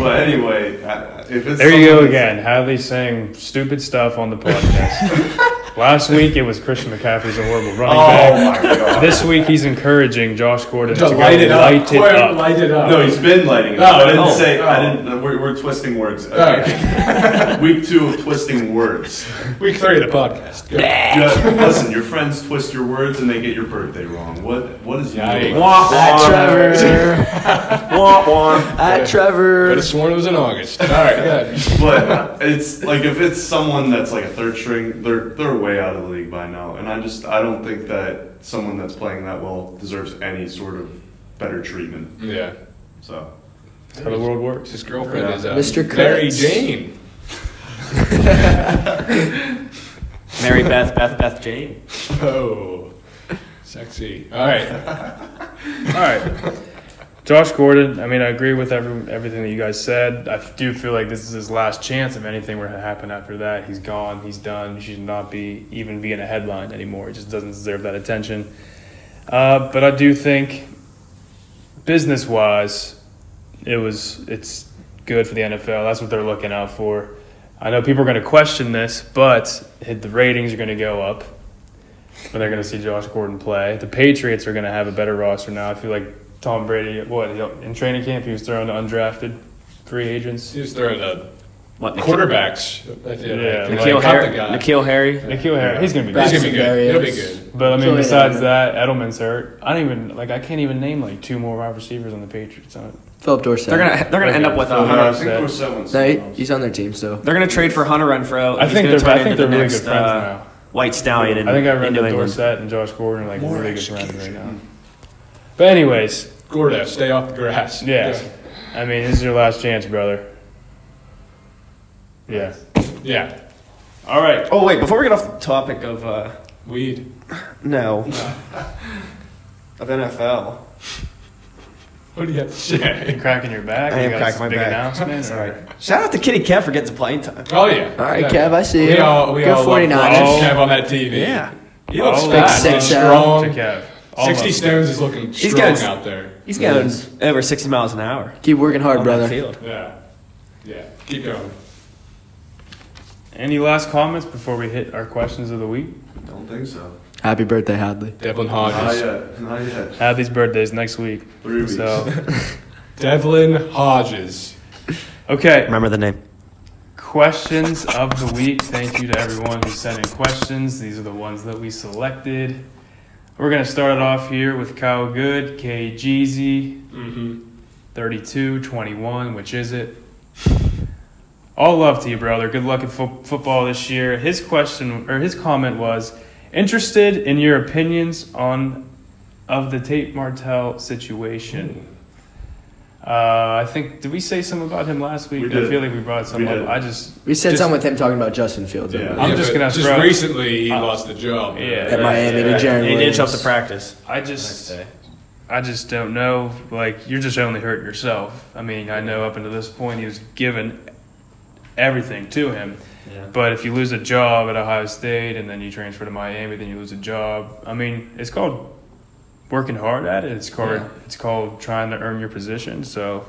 D: but anyway, I- if it's
A: There you go
D: someone that's-
A: again. Hadley saying stupid stuff on the podcast. Last week it was Christian McCaffrey's a horrible running back.
D: Oh my god.
A: This week he's encouraging Josh Gordon
C: To
A: go
C: light it up.
A: light it
C: Quote,
A: up.
C: Light it up.
D: No, he's been lighting it.
C: Oh,
D: up. I didn't
C: oh,
D: say. I
C: oh.
D: didn't. We're, we're twisting words.
C: Okay.
D: Week two of twisting words.
C: Week three of the podcast. Go.
D: Yeah, listen, your friends twist your words and they get your birthday wrong. What? What is?
C: Yikes.
D: your-
B: Wah,
E: At
B: wah.
E: Trevor.
B: Wah, wah.
E: At
C: Could
E: Trevor.
C: have sworn it was in August. All right. Good.
D: But it's like if it's someone that's like a third string, they're they're way out of the league by now. And I just I don't think that someone that's playing that well deserves any sort of better treatment.
C: Yeah.
D: So
A: That's how the world works.
C: His girlfriend
D: Yeah.
C: is uh,
E: Mr.
C: Mary
E: Kurtz.
C: Jane.
B: Mary Beth, Beth, Beth Jane.
C: Oh, sexy. All right.
A: All right. Josh Gordon, I mean, I agree with every, everything that you guys said. I do feel like this is his last chance. If anything were to happen after that, he's gone, he's done. He should not be even be in a headline anymore. He just doesn't deserve that attention. Uh, but I do think, business wise, it was it's good for the NFL. That's what they're looking out for. I know people are going to question this, but the ratings are going to go up when they're going to see Josh Gordon play. The Patriots are going to have a better roster now. I feel like Tom Brady, what he- in training camp, he was thrown to undrafted free agents.
C: He was throwing a
B: What Nik-
C: Quarterbacks.
A: Yeah,
C: Like,
B: Nikhil,
C: cut
B: Har-
C: the guy.
B: Nikhil Harry.
A: Nikhil Harry, he's gonna be
C: He's
A: good.
C: gonna be good. He'll be
E: Barrios.
C: good.
A: But I mean,
E: So, yeah.
A: besides that, Edelman's hurt. I don't even like. I can't even name like two more wide receivers on the Patriots. I-
E: Philip Dorsett.
B: They're gonna they're gonna end up with
A: Okay.
D: Uh,
B: a.
D: I think
A: upset.
D: Dorsett went
E: No,
D: somewhere
E: he-
D: else.
E: he's on their team, so
B: They're gonna trade for Hunter Renfro.
A: I
B: He's
A: think
B: gonna
A: they're. I
B: turn
A: think
B: into
A: they're
B: the
A: really
B: next,
A: good friends
B: uh,
A: now.
B: White Stallion. In,
A: I think I read
B: in New
A: that
B: England.
A: Dorsett and Josh Gordon are like really good friends right now. But anyways,
C: Gordo, stay off the grass.
A: yeah. I mean, this is your last chance, brother. Yeah.
C: Yeah.
A: All right.
B: Oh wait, before we get off the topic of uh,
C: Weed.
B: no of NFL,
C: What do you have to say?
A: You cracking your back?
B: I
A: you
B: am
A: got
B: cracking my
A: big
B: back.
A: announcement.
B: Sorry.
A: or-
B: Shout out to Kitty Cat for getting some playing time.
C: Oh, yeah.
E: All right,
C: yeah.
E: Kev, I see
C: We
E: you.
C: all, we
E: Go
C: all
E: 49ers.
C: love watching Kev on that TV. He looks
A: All
C: fast.
E: that.
C: He's
E: Six out.
A: To
C: strong.
A: Kev. All
C: 60
A: of them.
C: Stones is looking
B: He's
C: strong
B: got-
C: out there.
B: he's going over sixty miles an hour.
E: Keep working hard,
B: on that
E: brother.
B: field.
C: Yeah. Yeah. Keep going.
A: Any last comments before we hit our questions of the week?
D: Don't think so.
E: Happy birthday, Hadley.
C: Devlin
D: Not
E: Oh,
C: Hodges.
D: yet. Not yet.
A: Have these birthdays next week.
D: Three weeks.
A: So,
C: Devlin Hodges.
A: okay.
B: Remember the name.
A: questions of the week. Thank you to everyone who sent in questions. These are the ones that we selected. We're going to start it off here with Kyle Good, KGZ,
C: Mm-hmm.
A: 32, 21, which is it? All love to you, brother. Good luck in fo- football this year. His question or his comment was interested in your opinions on of the Tate Martell situation. Uh, I think did we say something about him last week?
D: We
A: I
D: did.
A: feel like we brought some
D: We
A: up.
D: did.
A: I just
E: We said
A: Just-
E: something with him talking about Justin Fields. I
D: Yeah.
E: believe.
A: I'm just gonna
C: Just
A: throw-
C: recently, he
A: Uh,
C: lost the job.
A: yeah.
E: At Miami to Jaron
B: He did
E: Williams.
B: jump to practice.
A: I just I just don't know. Like you're just only hurting yourself. I mean, I know up until this point he was given everything to him.
B: Yeah.
A: But if you lose a job at Ohio State and then you transfer to Miami, then you lose a job. I mean, it's called working hard at it. It's called
B: Yeah.
A: it's called trying to earn your position. So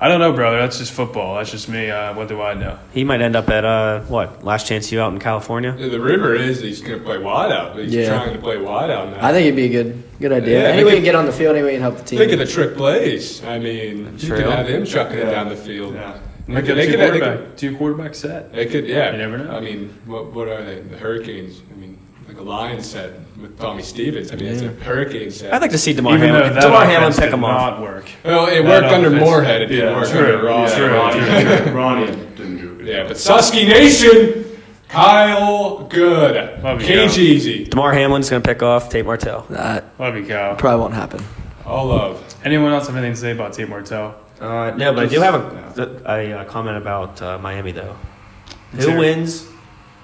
A: I don't know, brother. That's just football. That's just me. Uh, what do I know?
B: He might end up at uh what? Last chance you out in California.
C: The rumor is he's going to play wideout. He's
E: Yeah.
C: trying to play wideout now.
E: I think it'd be a good good idea.
C: Yeah, I
E: any
C: think
E: way you can get on the field, any way you can help the team.
C: Think of the trick plays. I mean, you
B: True.
C: could have him chucking it
D: Yeah.
C: down the field.
D: Yeah.
C: They
A: Make
C: could,
A: up
C: they
A: two
C: could, they could,
A: quarterback, two quarterback set.
C: They could, yeah.
A: You never know.
C: I mean, what what are they? The Hurricanes. I mean, like a Lions set with Tommy Stevens. I mean, it's a Hurricane set.
B: I'd like to see Demar
A: Even
B: Hamlin.
A: though that
B: Demar Hamlin
A: offense
B: pick
A: did
B: him off.
A: Not work.
C: well, it
A: That
C: worked under
A: offense-
C: Moorhead. It didn't
D: Yeah,
C: work
A: true,
C: under Ross.
A: true.
D: Ronnie, Ronnie didn't do it.
C: Yeah, but Susky Nation, Kyle Good,
A: Love you,
C: KGZ,
B: Demar Hamlin's gonna pick off Tate Martell.
E: that
A: Love you, Kyle.
E: probably won't happen.
C: all love.
A: Anyone else have anything to say about Tate Martell?
B: Uh, no, but I do have a, a, uh comment about uh, Miami though. Who
A: Sure.
B: wins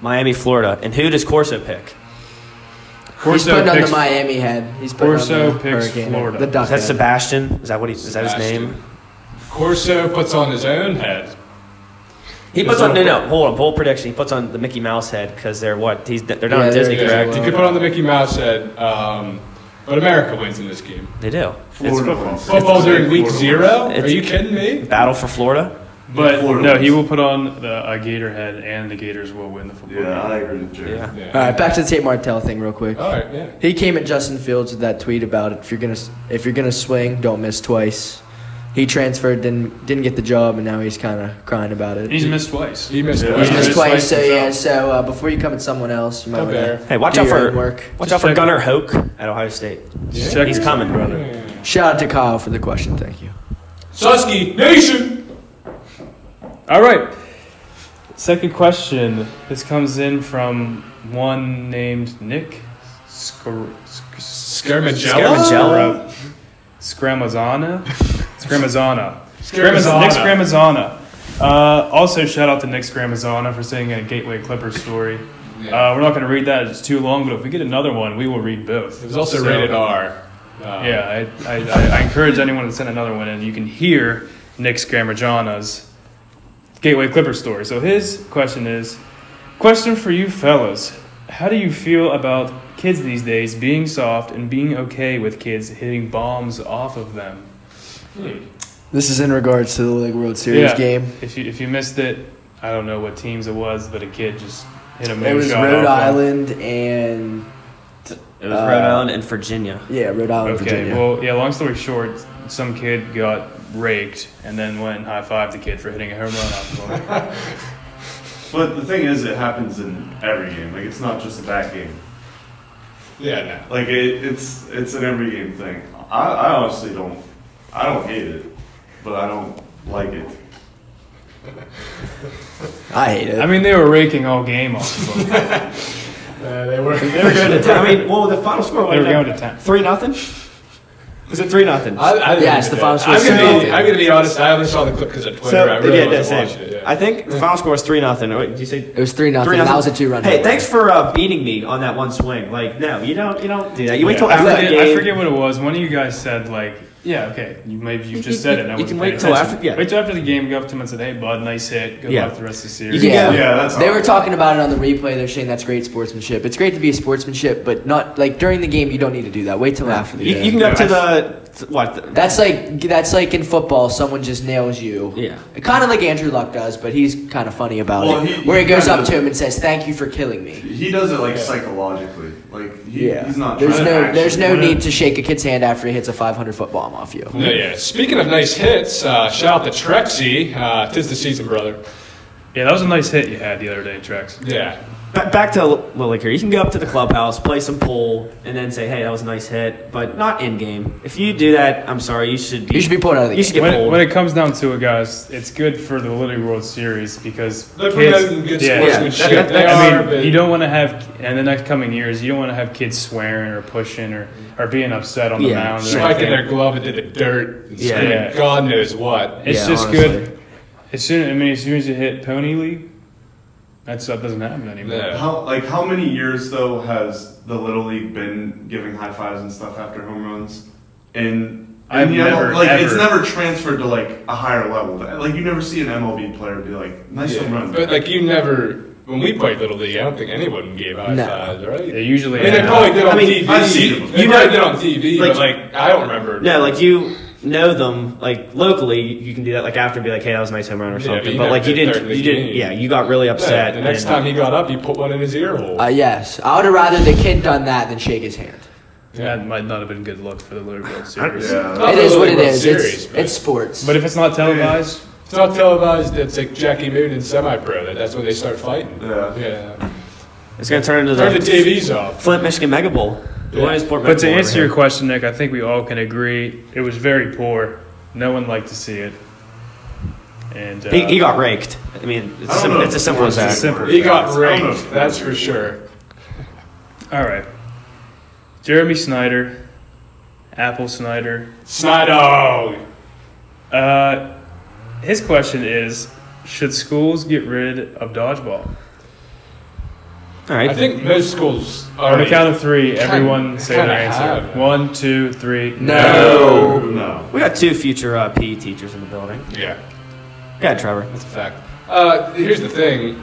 B: Miami, Florida, and who does Corso pick?
E: He's
A: Corso
E: putting on the
A: picks-
E: Miami head. He's putting
A: Corso
E: on the
A: picks
E: hurricane.
A: Florida.
E: The duck
B: Is that
E: head.
B: Sebastian? Is that what he? Is that his name?
C: Corso puts on his own head.
B: He puts on no, no. Hold on, bold prediction. He puts on the Mickey Mouse head because they're what? He's they're down
E: Yeah,
B: in
E: they're
B: Disney,
E: in
B: correct?
E: Disney
C: You could put on the Mickey Mouse head, um, but America wins in this game.
B: They do.
D: Florida
A: football.
D: wins.
C: Football during week
D: Florida
C: zero? Are
B: It's-
C: you kidding me?
B: Battle for Florida.
A: But
D: Florida
A: no,
D: wins.
A: he will put on the a Gator head, and the Gators will win the football.
D: wins. Yeah,
A: game.
D: I agree with Jerry.
B: Yeah.
E: All
C: Yeah.
E: right, back to the Tate Martell thing real quick.
C: All right, yeah.
E: He came at Justin Fields with that tweet about if you're gonna if you're gonna swing, don't miss twice. He transferred, didn't didn't get the job, and now he's kind of crying about it.
A: He's missed twice.
C: He missed
D: Yeah.
E: He's
A: Yeah,
E: missed
A: it's
E: twice, so
A: like-
E: yeah. So uh, before you come at someone else, you might
C: Come
E: want
C: there.
E: to
B: Hey, watch
E: do
B: out
E: your
B: for
E: own work.
B: watch
A: Just
B: out for
A: check-
B: Gunnar Hoke at Ohio State.
A: Just check
B: He's
A: it.
B: coming, brother.
E: Shout out to Kyle for the question. Thank you.
C: Susky Nation!
A: All right. Second question. This comes in from one named Nick Scor-
B: Scaramangelo?
A: Scramazana. Scramazana.
C: Scaramazana.
A: Nick Scramazana. Uh, also, shout out to Nick Scramazana for saying a Gateway Clippers story.
C: Yeah.
A: Uh, we're not going to read that; it's too long. But if we get another one, we will read both.
C: It was also
A: So-
C: rated R. Uh,
A: Yeah, I, I, I, I encourage anyone to send another one in. You can hear Nick Scammerjana's Gateway Clipper story. So his question is Question for you fellas. How do you feel about kids these days being soft and being okay with kids hitting bombs off of them?
C: hmm.
E: This is in regards to the League World Series
A: Yeah.
E: game.
A: If you, if you missed it, I don't know what teams it was, but a kid just hit a moonshot.
E: It was
A: off
E: Rhode
A: them.
E: Island and
B: It was Rhode Island and Virginia.
E: yeah, Rhode Island,
A: Okay,
E: Virginia.
A: well, yeah, long story short, some kid got raked and then went and high fived the kid for hitting a home run off of him.
D: But the thing is, it happens in every game. Like it's not just a back game.
C: Yeah,
D: Like it, it's it's an every game thing. I, I honestly don't. I don't hate it, but I don't like it.
E: I hate it.
A: I mean, they were raking all game off of him.
C: no. Uh, they were.
B: They were going to town. Oh, I mean, well, the final score
A: They were
B: ended up
A: going to town.
B: Three nothing. Was it three nothing?
C: I, I didn't
E: Yeah, it's
C: even
E: the
C: know.
E: final score.
C: I'm gonna, be,
E: So-
C: I'm gonna be honest. I only saw the clip because of Twitter. I really
B: yeah,
C: wasn't
B: same.
C: watching it. Yeah.
B: I think the final score was three nothing. Wait, did you say?
E: It was three nothing.
B: Three
E: That was a two run.
B: Hey, thanks for uh, beating me on that one swing. Like, no, you don't, you don't do that. You wait till
A: I
B: after
A: forget,
B: the game.
A: I forget what it was. One of you guys said like, "Yeah, okay, you, maybe you just said it." And I
B: You can
A: wasn't
B: wait
A: paying
B: till
A: attention.
B: after- yeah.
A: Wait till after the game. Go up to him and said, "Hey, bud, nice hit. Good
B: Yeah.
A: luck the rest of the series."
B: You can
E: Yeah,
B: get-
D: Yeah, that's
E: they were
D: awesome.
E: talking about it on the replay. They're saying that's great sportsmanship. It's great to be a sportsmanship, but not like during the game. You don't need to do that. Wait till after the
B: You,
E: game.
B: you can go up to
A: Yeah.
B: the what? The,
E: that's like that's like in football. Someone just nails you.
B: Yeah.
E: kind of like Andrew Luck does, but he's kind of funny about
D: Well,
E: it.
D: he-
E: where he
D: he
E: goes
D: kinda-
E: up to him and says, "Thank you for killing me."
D: He does it like
C: Yeah.
D: psychologically. Like he, he's not.
E: There's
D: trying
E: no
D: to actually
E: there's no
D: win.
E: need to shake a kid's hand after he hits a 500 foot bomb off you.
C: No, yeah. Speaking of nice hits, uh, shout out to Trexy. Uh, tis the season, brother.
A: Yeah, that was a nice hit you had the other day, Trex.
C: Yeah.
B: ba- back to well, like here, you can go up to the clubhouse, play some pool, and then say, "Hey, that was a nice hit," but not in game. If you do that, I'm sorry, you should be.
E: You should be pulled out of the
B: You should get
A: when,
B: pulled.
A: It, when it comes down to it, guys, it's good for the Little League World Series because
C: They're
A: kids,
C: promoting good
A: yeah,
C: sportsmanship.
B: Yeah, that-
C: they
B: that-
A: I
C: are,
A: mean,
C: but-
A: you don't want to have in the next coming years, you don't want to have kids swearing or pushing or, or being upset on the
B: Yeah,
A: mound. Or
C: striking
A: anything.
C: their glove into the dirt and
B: Yeah.
C: screaming
A: Yeah.
C: God knows what.
A: It's
B: Yeah,
A: just
B: honestly.
A: good. As soon, I mean, as soon as you hit Pony League, that stuff doesn't happen anymore.
C: No.
D: How like how many years though has the little league been giving high fives and stuff after home runs? And
A: I've
D: and the ML
A: never,
D: like it's
A: ever-
D: never transferred to like a higher level. Like you never see an MLB player be like, "Nice home run."
C: But like you never, when we played Little League, I don't think anyone gave high
E: No.
C: fives, right?
A: They usually
C: I mean, they
A: have-
C: probably did on
B: I mean,
C: TV.
D: I've seen it
C: they
B: before.
C: probably did on TV, but
B: Like-
C: like I don't remember.
B: No, like you know them, like locally, you can do that. Like after, be like, "Hey, that was a nice home run" or
C: Yeah, but
B: something.
C: you
B: but
C: never
B: like you
C: did during
B: didn't,
C: the
B: you didn't.
C: game.
B: Yeah, you got really
C: Yeah,
B: upset.
C: the next
B: and-
C: time he got up, he put one in his ear hole.
E: Uh, yes, I would have rather the kid done that than shake his hand.
A: That might not have been good luck for the Little League World Series.
D: yeah,
C: Not
E: It
C: the
E: is what
C: Little League
E: it is.
C: World
E: It's
C: Series, but-
E: it's sports.
A: But if it's not televised,
C: It's not televised. It's like Jackie Moon and semi-pro. That- That's when they start fighting.
D: Yeah.
C: Yeah.
B: it's gonna turn into
C: Turn the
B: the
C: TVs off.
B: Flint, Michigan Mega Bowl. The
C: Yeah.
B: Williamsport Mega
A: But to
B: Bowl over
A: answer
B: here.
A: your question, Nick, I think we all can agree it was very poor. No one liked to see it, and uh,
B: He, he got raked. I mean, it's,
D: I don't
B: sim-
D: know
B: it's
D: if
B: as simple as
D: it's
B: that.
D: as simple
C: He got
D: I don't know
C: raked.
D: if-
C: That's for sure.
A: all right. Jeremy Snyder, Apple Snyder.
C: Snydog.
A: Uh, his question is: Should schools get rid of dodgeball?
B: All right.
C: I think most schools
A: On
C: are.
A: the count of three,
C: Kinda-
A: everyone say their
C: kinda
A: answer.
C: have.
A: One, two, three.
E: no.
D: no.
B: we got two future uh, PE teachers in the building.
C: Yeah.
B: Go ahead, Trevor.
C: That's a fact. Uh, here's the thing.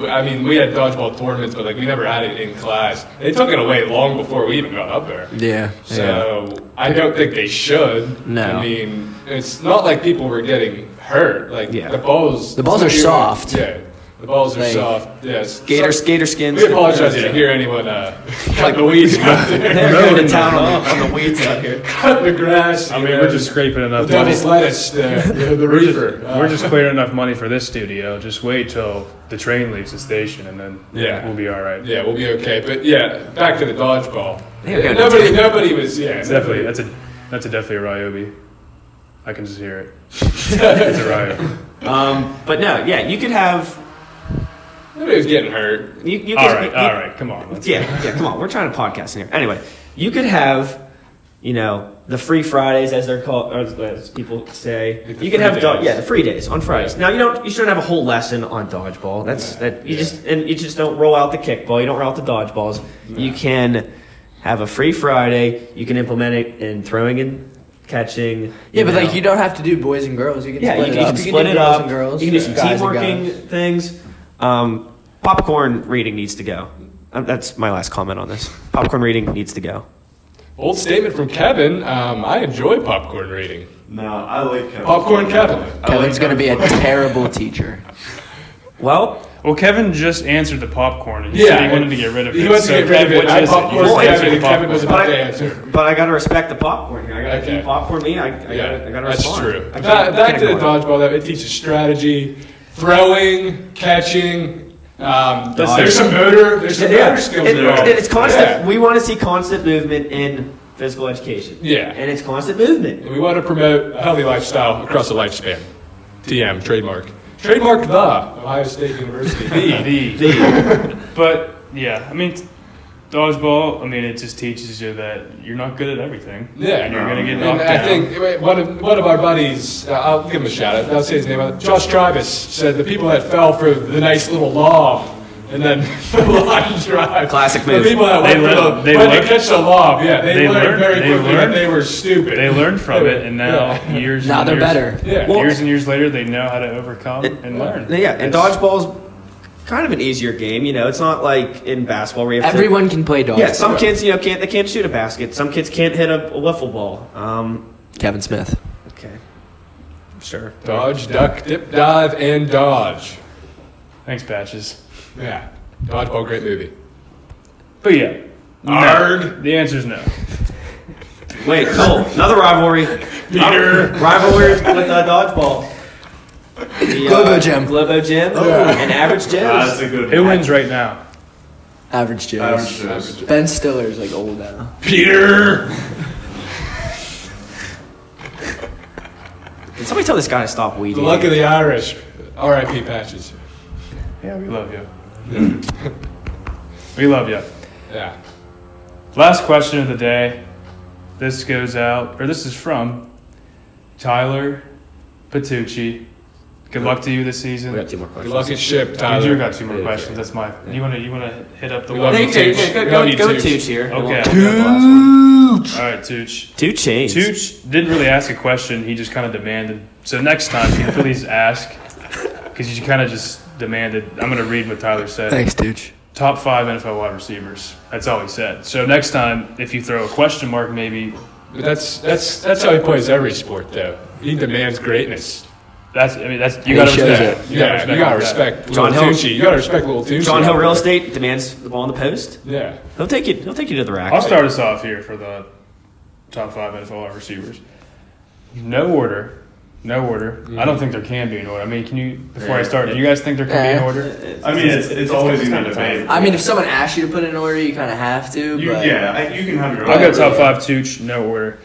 C: I mean, we had dodgeball tournaments, but like we never had it in class. They took it away long before we even got up there.
E: Yeah.
C: So I don't think they should.
B: No.
C: I mean, it's not like people were getting hurt. Like
B: Yeah.
C: the balls.
E: The balls are soft.
C: Yeah. The balls are
E: Like-
C: soft. Yes.
B: Gator,
C: So-
B: gator skins.
C: we apologize if you hear anyone uh, cut the weeds out
B: They're
C: there,
B: going to town on the, on the weeds out here.
C: cut the grass.
A: I
C: you
A: mean,
C: know,
A: we're just scraping
C: the
A: enough money.
C: devil's lettuce, the, the, the
A: We're just,
C: reaper. Uh,
A: we're just clearing enough money for this studio. Just wait till the train leaves the station, and then
C: Yeah.
A: we'll be all right.
C: Yeah, we'll be okay. But yeah, back to the dodgeball.
B: They're gonna
C: Nobody, nobody was. Yeah,
A: It's definitely
C: nobody-
A: that's a that's a definitely a Ryobi. I can just hear it. it's a Ryobi.
B: Um, but no, yeah, you could have.
C: Nobody was getting hurt.
B: You, you could,
A: All right,
B: you-
A: all right, come on. Let's,
B: Yeah, yeah. Come on, we're trying to podcast in here. Anyway, you could have, you know, the free Fridays as they're called, or as people say.
C: Like the
B: you could
C: free
B: have, do-
C: days.
B: yeah, the free days on Fridays.
C: Yeah.
B: Now you don't, you shouldn't have a whole lesson on dodgeball. That's that you
C: Yeah.
B: just and you just don't roll out the kickball. You don't roll out the dodgeballs. You can have a free Friday. You can implement it in throwing and catching. you
E: Yeah, but
B: know.
E: like you don't have to do boys and girls. You can
B: Yeah, you can,
E: split it
B: you
E: up.
B: can split
E: do
B: it
E: girls
B: up.
E: and girls.
B: You can do some
E: guys and
B: teamworking
E: guys.
B: things. Um, popcorn reading needs to go. Um, That's my last comment on this. Popcorn reading needs to go.
C: Old statement from Kevin. Um, I enjoy popcorn reading.
D: No, I like Kevin.
C: Popcorn Kevin.
D: I like
E: Kevin's gonna be a
D: Kevin.
E: terrible teacher.
B: Well,
A: Well, Kevin just answered the popcorn, and he
C: Yeah,
A: said he wanted to
C: it-
A: get rid of it.
C: he wants to
A: So,
C: get rid of
A: Kev,
C: it.
A: which
C: I
A: is You
C: popcorn
A: just
C: Kevin,
A: answered the
C: and Kevin was
A: popcorn.
C: about
B: But
C: to
B: I-
C: answer.
B: But I gotta respect the popcorn here. I gotta
C: Okay.
B: keep popcorn me. I, I, gotta, I gotta
C: that's
B: respond.
C: true.
B: I
C: Back,
B: can't- I
C: back
B: can't
C: to the
B: ignore it.
C: dodgeball, though, it teaches strategy, throwing, catching. Um,
A: That's
C: there's
A: it.
C: some motor. There's some
B: Yeah.
C: motor skills
B: It-
C: there.
B: it- it's constant.
C: Yeah.
B: We want to see constant movement in physical education.
C: Yeah.
B: And it's constant movement.
C: And we want to promote a healthy lifestyle across the lifespan. TM trademark. Trademark the Ohio State University. The.
A: The-
B: The,
A: But yeah, I mean, dodgeball. I mean, it just teaches you that you're not good at everything.
C: Yeah,
A: and you're gonna get
C: And
A: knocked
C: I
A: down.
C: think wait, one of, one of our buddies, uh, I'll give him a shout out, I'll say his name, uh, Josh Tribus, said the people that fell for the nice little lob and then the line drive.
B: Classic
C: the
B: move.
C: people that
A: They
C: went for
A: learned-
C: the,
A: they
C: when they
A: learned-
C: catch the lob, yeah, they,
A: they
C: learned,
A: learned-
C: very
A: they
C: quickly
A: learned-
C: that they were stupid.
A: they learned from it, and now
C: Yeah.
A: years
E: Now
A: and
E: they're
A: years-
E: better.
C: Yeah.
B: Well-
A: years and years later, they know how to overcome and learn.
B: yeah. And
A: It's-
B: dodgeball's kind of an easier game. You know, it's not like in basketball where you have to-
E: Everyone can play dodgeball.
B: Yeah, some kids, you know, can't they can't shoot a basket. Some kids can't hit a, a wiffle ball. Um,
E: Kevin Smith.
B: okay, sure.
C: Dodge, duck, dip, dive, and dodge.
A: Thanks, patches.
C: Yeah. Dodgeball, great movie.
A: But yeah, no.
C: Arg.
A: The answer's no.
B: Wait, Cole, another rivalry.
C: Peter.
B: rivalry with uh, dodgeball. The, uh,
E: Globo Gym. Oh.
B: Globo Gym. And average
D: Ah,
B: Joe's.
D: that's a good
A: Who wins right now?
E: Average Joe.
D: Average shows.
E: Ben Stiller's like old now.
C: Peter.
B: Can somebody tell this guy to stop
C: The
B: weeding?
C: luck of the Irish. R.I.P. Patches.
A: Yeah, we love you. we love you.
C: Yeah.
A: Last question of the day. This goes out, or this is from Tyler Patucci. Good luck to you this season.
B: we got two more questions.
C: Good luck at ship,
A: You
C: Tyler.
A: do got two more questions. That's my. You wanna you wanna hit up the
C: We
A: one?
C: love
B: Hey, hey,
C: you, Tooch.
B: hey,
C: We
B: go
C: love
B: go,
C: you,
B: go
C: Tooch.
B: with Tooch here.
A: Okay. All right, Tooch.
B: Two chains.
A: Tooch didn't really ask a question. He just kind of demanded. So next time, can you please ask? Because you kind of just demanded. I'm gonna read what Tyler said.
E: Thanks, Dooch.
A: top five NFL wide receivers. That's all he said. So next time, if you throw a question mark, maybe
C: But that's that's that's how he plays every sport, though. He demands greatness.
A: that's. I mean, that's you
E: He
A: got to
E: shows
A: respect.
E: it.
A: that.
C: You gotta, you
A: that.
C: gotta respect
B: John
C: John
B: Hill-
C: Tucci. You gotta respect little Tucci.
B: John Hill Real Estate demands the ball in the post.
C: Yeah.
B: He'll take you. He'll take you to the rack.
A: I'll start us off here for the top five NFL wide receivers. No order, no order. I
E: Mm-hmm.
A: don't think there can be an order. I mean, can you before I start? Do you guys think there can be
E: Uh, Yeah.
A: an order?
D: I mean, it's, it's always in the debate.
E: I mean, if someone asks you to put in an order, you kind of have to.
D: You,
E: but
D: yeah, I, you can have your own.
A: I'll go top five. Tooch, no order.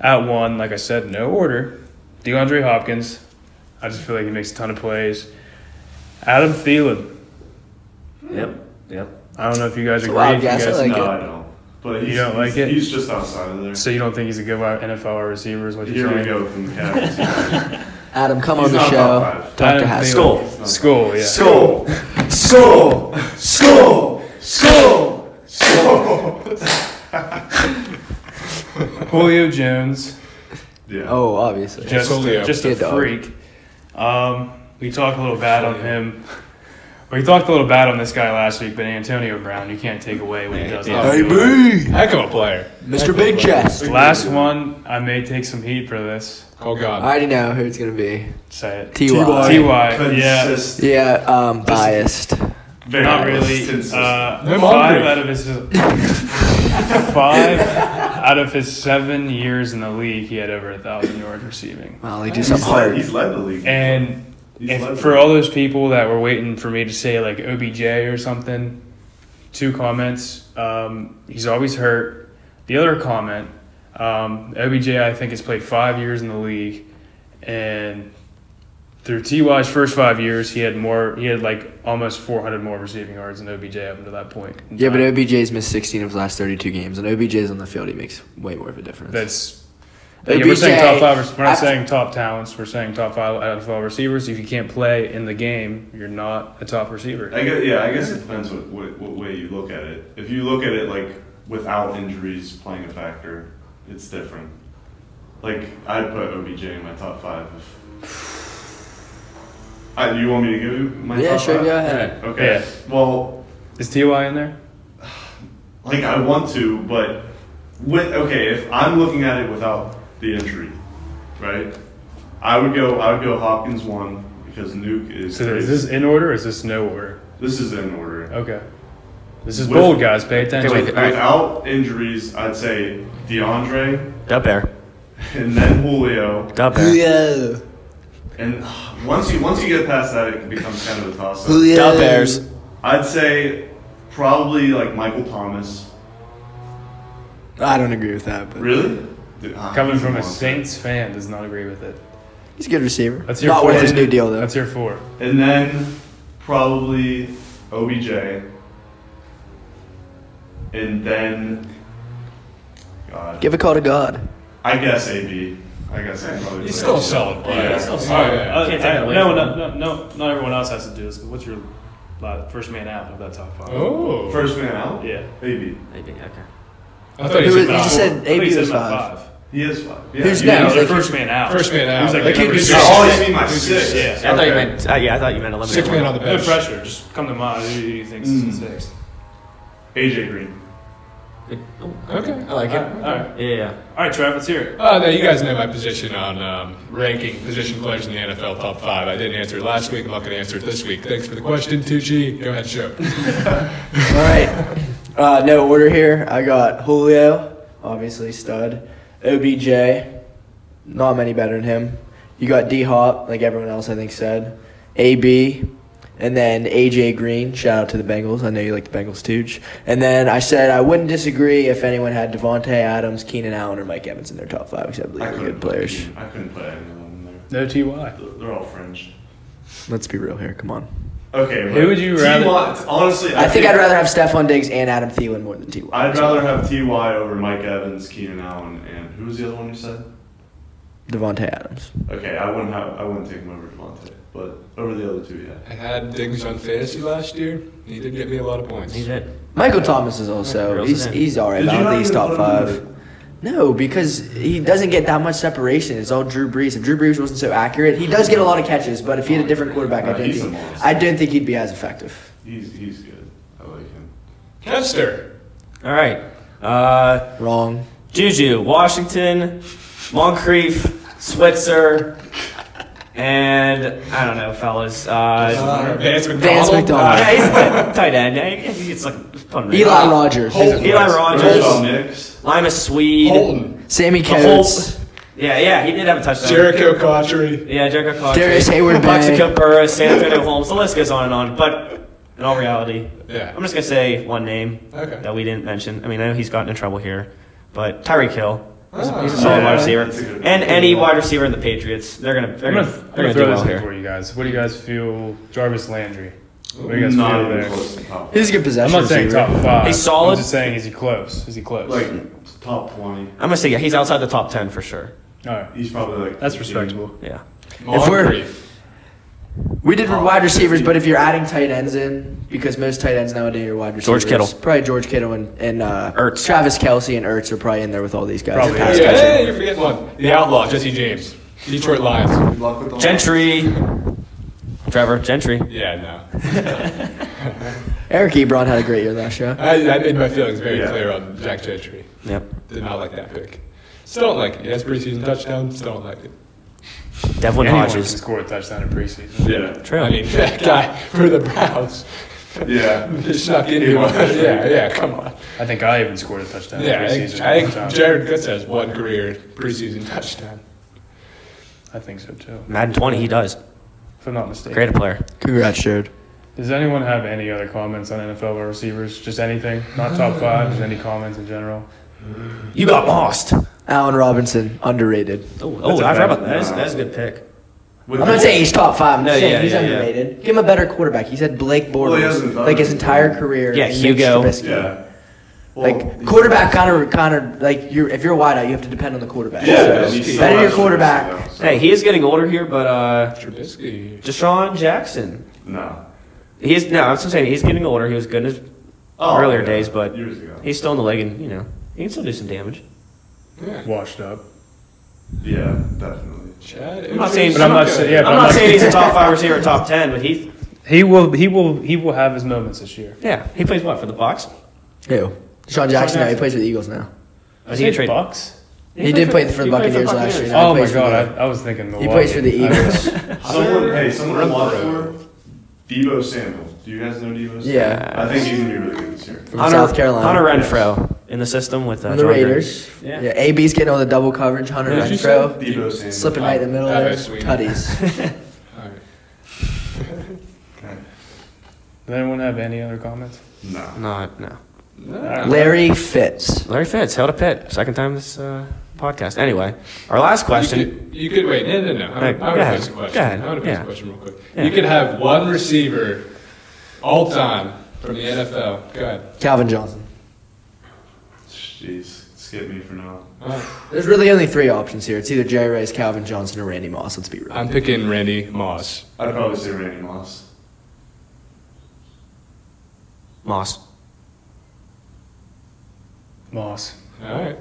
A: At one, like I said, no order. DeAndre Hopkins. I just feel like he makes a ton of plays. Adam Thielen.
B: Yep. Yep.
A: I don't know if you guys
E: a
A: agree.
E: wild
A: if you
E: guess, I
A: guys-
E: like
D: No,
E: it.
D: I don't. But he's,
A: You don't like
D: he's,
A: it?
D: he's just outside of there.
A: So you don't think he's a good wide NFL wide receiver? Is what you're
D: Here we
A: saying?
D: go from the Cavs.
E: Adam, come
D: He's
E: on the
D: not
E: show.
D: top five.
E: Dr.
A: Adam
E: Haskell.
B: Skull.
A: Thielen. Skull, yeah.
B: Skull.
D: Skull! Skull! Skull!
A: Julio Jones,
D: Yeah.
E: Oh, obviously.
A: just,
C: Julio.
A: just a
E: Good dog.
A: freak. Um, we talked a little bad on him. We talked a little bad on this guy last week, but Antonio Brown, you can't take away what he does. on the field.
C: Heck of a player.
E: Mr. Big Chest.
A: Last one, I may take some heat for this.
C: Oh
E: I
C: God.
E: already know who it's going to be.
A: Say it.
E: T.Y.
A: T.Y. Yeah,
D: Consist-
E: Yeah, um, biased.
D: very
A: not really.
D: consistent.
A: Uh,
C: No
A: five
C: Moncrief.
A: out of his five out of his seven years in the league, he had over a thousand yards receiving.
E: Well, they do
D: he's,
E: something
D: led,
E: hard.
D: he's led the league.
A: And
D: He's
A: if,
D: led
A: for
D: the
A: all those people that were waiting for me to say like OBJ or something, two comments. Um, he's always hurt. The other comment, um, OBJ, I think has played five years in the league, and through Ty's first five years, he had more. He had like almost 400 more receiving yards than OBJ up until that point. in
E: Yeah, but
A: time.
E: OBJ's missed 16 of his last 32 games, and OBJ's on the field. He makes way more of a difference.
A: that's. yeah, we're
E: OBJ
A: saying top five. We're not
E: after-
A: saying top talents. We're saying top five NFL receivers. If you can't play in the game, you're not a top receiver.
D: I guess, yeah, I guess it depends what, what, what way you look at it. If you look at it like without injuries playing a factor, it's different. Like I'd put OBJ in my top five. If, I, you want me to give you my
E: yeah,
D: top
E: sure,
D: five?
E: go ahead.
D: Okay. Well,
A: Is Ty in there?
D: like I want to, but with okay, if I'm looking at it without the injury, right? I would go. I would go Hopkins one. because Nuke is.
A: So is this in order or is this no order?
D: this is in order.
A: Okay. This is
D: With-
A: bold, guys. Pay attention.
B: Okay, wait. All right.
D: Without injuries, I'd say DeAndre
B: Dub air.
D: and then Julio.
B: Dub air.
E: Julio.
D: And once you once you get past that, it becomes kind of a toss up.
E: Julio.
B: Dub airs.
D: I'd say probably like Michael Thomas.
E: I don't agree with that, but
D: Really? Dude, ah,
A: Coming
D: he's
A: from a
D: monster.
A: Saints fan does not agree with it.
E: he's a good receiver.
A: That's your
E: Not
A: four.
E: worth his new deal though.
A: That's your four.
D: And then probably OBJ. And then God.
E: Give a call to God.
D: I guess AB. I guess I probably.
C: He's
D: say
C: still a
D: AB.
C: solid player.
D: Yeah.
C: Oh,
A: Uh,
C: yeah.
B: Can't take
A: I-
B: it away
A: no,
B: from
A: no, no, no, not everyone else has to do this. But what's your uh, first man out of that top five?
C: Oh.
D: First man out.
A: Yeah.
D: AB.
B: Maybe, okay.
C: I thought
E: Who
C: he
E: is- you
C: was
E: said
A: I think
E: AB
A: he said
E: was
A: my
E: five.
D: He is five. Yeah,
E: Who's
D: you-
A: Yeah,
E: next?
A: the
E: like-
A: first man out.
C: First man out.
A: Who's like
C: Like,
A: number
E: you could
A: six?
D: I always mean my six.
A: Yeah.
B: I thought you
D: Okay.
B: meant. Uh, yeah, I thought you meant eliminated.
C: Six man on the
A: No
C: bench.
A: pressure. Just come to mind. Who do you think is
D: Mm.
A: six?
D: AJ Green.
C: Okay.
B: I like
A: All right. All right.
B: Yeah, yeah.
A: All right, Trav. Let's hear it.
C: Uh, no, you guys know my position on um, ranking position players in the NFL top five. I didn't answer it last week. I'm not going to answer it this week. Thanks for the question, Tucci. Go ahead, show.
E: All right. Uh, no order here. I got Julio, obviously stud. OBJ, not many better than him. You got D Hop, like everyone else I think said. AB, and then AJ Green. Shout out to the Bengals. I know you like the Bengals, Tooch. And then I said I wouldn't disagree if anyone had Devonte Adams, Keenan Allen, or Mike Evans in their top five, because I believe
D: I
E: they're
D: couldn't
E: good
D: put
E: players.
D: Keenan- I couldn't put anyone there.
A: No ty.
D: They're- They're all fringe.
E: Let's be real here. Come on.
D: Okay.
A: Who
D: but
A: would you
D: T.Y.
A: rather-
D: honestly,
E: I think I'd rather have Stephon Diggs and Adam Thielen more than T.
D: I'd rather have Ty over Mike Evans, Keenan Allen, and who was the other one you said?
E: Devonte Adams.
D: Okay, I wouldn't have. I wouldn't take him over Devontae, but over the other two, yeah.
C: I had Diggs on fantasy last year. and He did get me a lot of points.
B: He's it.
E: Michael Thomas is also
B: Reels
E: he's
B: it in.
E: he's all right.
D: Did
E: but I
D: you
E: don't
D: not
E: think he's
D: even
E: top
D: put him in
E: five. No, because he doesn't get that much separation. It's all Drew Brees. If Drew Brees wasn't so accurate, he does get a lot of catches. But if he had a different quarterback, I
D: Nah,
E: don't
D: he's
E: think
D: a monster.
E: I don't think he'd be as effective.
D: He's he's good. I like him.
C: Kester.
B: All right. Uh,
E: Wrong.
B: Juju, Washington, Moncrief, Switzer, and I don't know, fellas. Uh,
C: Uh, Vance McDonald.
E: Vance McDonald.
B: yeah, he's a tight end. Yeah, he- It's like pun-
E: Eli Rogers,
C: Hold-
B: Eli
D: Rogers, Oh,
B: Rogers,
D: Knicks.
B: Lima Swede,
C: Holton.
E: Sammy
B: the whole-
E: Coates,
B: Yeah, yeah, he did have a touchdown.
C: Jericho Cotchery.
B: Yeah, Jericho Cox.
E: Darius Hayward Bay.
B: Mexico Burris, San Antonio Holmes. The list goes on and on. But in all reality, I'm
C: Yeah.
B: just gonna say one name
C: Okay.
B: that we didn't mention. I mean, I know he's gotten in trouble here, but Tyreek Hill. He's a, he's a
C: Ah.
B: solid
D: Yeah,
B: wide
D: that's a
B: receiver,
D: good
B: and
D: one.
B: any wide receiver in the Patriots, they're gonna they're
A: I'm
B: gonna,
A: gonna, I'm
B: they're
A: gonna
B: gonna
A: throw
B: do
A: this
B: well
A: in
B: here.
A: for you guys. What do you guys feel, Jarvis Landry? What do you guys feel
D: Not even
A: there?
D: close to top.
E: he's a good
A: I'm
E: possession
A: not saying
E: receiver.
A: top five.
B: He's solid.
A: I'm just saying, is he close? Is he close?
D: like top twenty.
B: I'm gonna say yeah, he's outside the top ten for sure.
A: all right,
D: He's probably like
A: that's
D: 15.
A: respectable.
B: Yeah,
E: we're-
C: Moncrief.
E: We did wide receivers, but if you're adding tight ends in, because most tight ends nowadays are wide receivers.
B: George Kittle.
E: probably George Kittle and, and uh,
B: Ertz.
E: Travis Kelsey and Ertz are probably in there with all these guys.
A: Probably.
E: Pass
C: Yeah,
E: catching.
C: hey, you're forgetting one. The Outlaw, Jesse James. Detroit Lions.
D: Good luck with all-
B: Gentry, Trevor Gentry.
C: Yeah, no.
E: Eric Ebron had a great year last year.
C: I, I made my feelings very
D: Yeah.
C: clear on Jack Gentry.
B: Yep,
C: Did not like that pick. Still don't like it. He has preseason touchdown. Still don't like it.
B: Devlin
A: Anyone can
B: Hodges.
A: score a touchdown in preseason.
D: Yeah,
B: True.
C: I mean, that guy for the Browns.
D: yeah.
C: Just snuck into one. Yeah, yeah, come on.
A: I think I even scored a touchdown
C: Yeah, I
A: in preseason.
C: think, I
A: one time.
C: think Jared Goods has one career preseason touchdown.
A: I think so too,
B: Madden 20, he does.
A: if I'm not mistaken.
B: Great player.
E: Congrats, Jared.
A: Does anyone have any other comments on NFL wide receivers? Just anything, not top five. Just any comments in general?
B: You got lost. Oh,
E: Allen Robinson, underrated.
B: oh
A: a
B: I
A: bad-
B: forgot about that. That's, that's a good pick.
D: With
E: I'm not saying he's top five. I'm
B: No,
E: just saying
B: yeah,
E: he's
B: yeah, yeah.
E: underrated. Give him a better quarterback. He's had Blake
D: Well, he
E: Bortles
D: hasn't done
E: like his
D: it.
E: entire career.
B: Yeah,
E: Mitch
B: Hugo.
E: Trubisky.
D: Yeah. Well,
E: Like
D: he's-
E: quarterback, kind of, kind of like you. If you're wide out, you have to depend on the quarterback.
D: Yeah,
E: so,
D: he's still
E: better your
D: not-
E: quarterback.
D: so-
B: Hey, he is getting older here, but uh,
C: Trubisky.
B: Deshaun Jackson.
D: No.
B: He is no. I'm just saying he's getting older. He was good in his earlier
D: Oh,
A: Oh,
D: yeah,
B: days, but
D: years ago.
B: he's still in the league, and you know he can still do some damage.
C: Yeah.
A: Washed up.
D: Yeah, definitely.
C: Chad.
B: I'm not saying.
A: But I'm not saying- yeah,
B: I'm
A: but I'm
B: not
A: not-
B: saying he's a top five receiver, or top ten, but he.
A: He will. He will. He will have his moments this year.
B: Yeah, he plays what for the Bucks?
E: Who? Sean Jackson. Now he
A: Jackson.
E: plays with the Eagles now.
B: Is he a trade?
A: Bucks?
E: He did play for the
B: he played
E: Buccaneers last year.
B: Buccaneers.
E: Yeah, he
A: Oh my
E: plays for
A: god,
E: the-
A: I, I was thinking
E: He
A: Milwaukee.
E: plays for the
A: I-
E: Eagles.
D: Someone, hey, someone to
C: Sir.
D: watch for. Debo Samuel. Do you guys know Debo? Samuel?
E: Yeah.
D: I think he's gonna be really good this year.
E: From South Carolina.
B: Hunter Renfro in the system with uh,
E: From the
B: John Gruden.
E: Raiders.
B: Yeah.
E: Yeah. AB's getting all the double coverage. Hunter
C: Who'd you
E: Renfro.
D: Debo Samuel.
E: Slipping right in the middle
C: Oh,
E: there.
C: sweet.
E: Tutties.
C: All right.
A: Does anyone have any other comments?
D: No.
B: No, no.
E: Larry Fitz.
B: Larry Fitz held a pit. Second time this uh, podcast. Anyway, our last
C: You
B: question.
C: could, you could wait. No, no, no. I would,
B: Hey,
C: I
B: go
C: would pose a
B: ahead.
C: question.
B: Go ahead.
C: I would pose
B: Yeah.
C: a question real quick.
B: Yeah.
C: You could have one receiver all time from the NFL. Go ahead.
E: Calvin Johnson.
D: Jeez, skip me for now.
E: There's really only three options here. It's either Jerry Rice, Calvin Johnson, or Randy Moss. Let's be real.
C: I'm picking Randy Moss.
D: I'd probably say Randy Moss.
B: Moss.
A: Moss.
C: All right.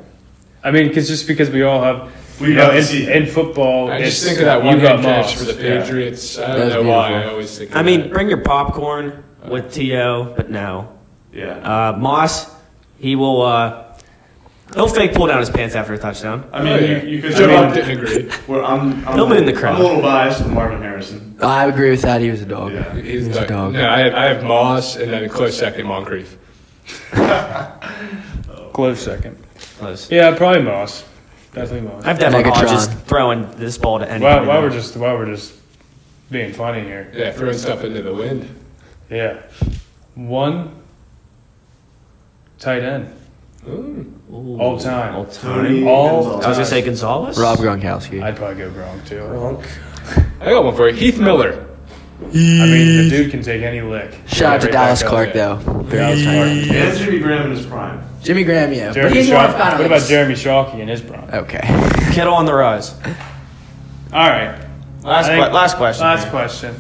A: I mean, because just because we all have,
D: We
A: you know,
D: got to
A: in,
D: see.
A: in football,
C: I just
A: Oh, it's-
C: think of that one
A: you got
C: hand catch
A: Moss,
C: for the
A: yeah.
C: Patriots. I
E: That
C: don't
E: was
C: know why. I
E: beautiful.
C: always think. Of
B: I mean,
C: that.
B: bring your popcorn with To, but no.
D: yeah.
B: Uh, Moss, he will. Uh, he'll fake pull down his pants after a touchdown.
D: I mean,
C: Oh, yeah.
D: you, you could.
C: Joe
D: I
C: Bob
D: mean,
C: didn't agree.
D: Well, I'm, I'm,
B: He'll be in the crowd.
D: I'm a little biased with Marvin Harrison.
E: I agree with that. He was a dog.
D: Yeah.
C: He's
E: He's a
C: like-
E: dog.
C: No, I have, I have Moss and then a close second Moncrief.
A: Close second.
B: Close.
A: Yeah, probably Moss. Definitely Moss.
B: I've Devon
E: Megatron.
B: Hodges throwing this ball to anybody.
A: Wow, wow,
B: now.
A: we're just wow, we're just being funny here.
C: Yeah, throwing stuff into the wind.
A: Yeah, one tight end
C: Hmm.
B: Ooh.
A: all time.
B: All time.
D: Tony
A: All-
D: Gonzalez.
B: I was gonna say Gonzalez.
E: Rob Gronkowski.
A: I'd probably go Gronk too.
C: I got one for you. Heath Miller.
A: I mean, the dude can take any lick.
E: Shout out to
A: Right
E: Dallas
A: back up.
E: Clark,
C: yeah.
E: though.
A: Dallas Clark.
D: And Jimmy Graham in his prime.
E: Jimmy Graham, yeah.
A: Jeremy
E: but he's more
A: Shock-
E: of kind
A: What
E: of like
A: about
E: a-
A: Jeremy Shockey and his Bron?
E: Okay.
B: Kittle on the rise.
A: All right.
B: Last,
A: I think-
B: que- last question.
A: Last question.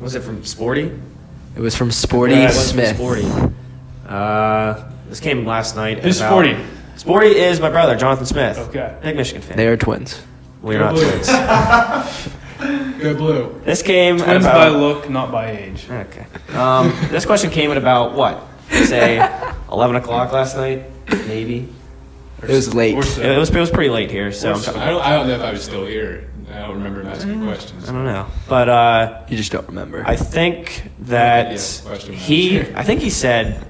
B: Was it from Sporty?
E: It was from Sporty
A: Yeah, it
B: It was from
E: Smith.
B: Sporty. Uh, this came last night. at
A: Who's
B: about-
A: forty?
B: Sporty is my brother, Jonathan Smith.
A: Okay.
B: Big Michigan fan.
E: They are twins.
B: We're not twins.
C: Go blue.
B: This came at
A: Twins by
B: about,
A: look, not by age.
B: Okay. Um, this question came at about what? Say, eleven o'clock last night, maybe.
E: It was late.
A: Or
B: It,
A: so.
B: was it was pretty late here, so I'm try-
C: I don't, I don't know if I was still here. I don't remember him asking questions.
B: I don't know. But uh,
E: You just don't remember.
B: I think that
C: Yeah, question
B: he,
C: mark.
B: I think he said,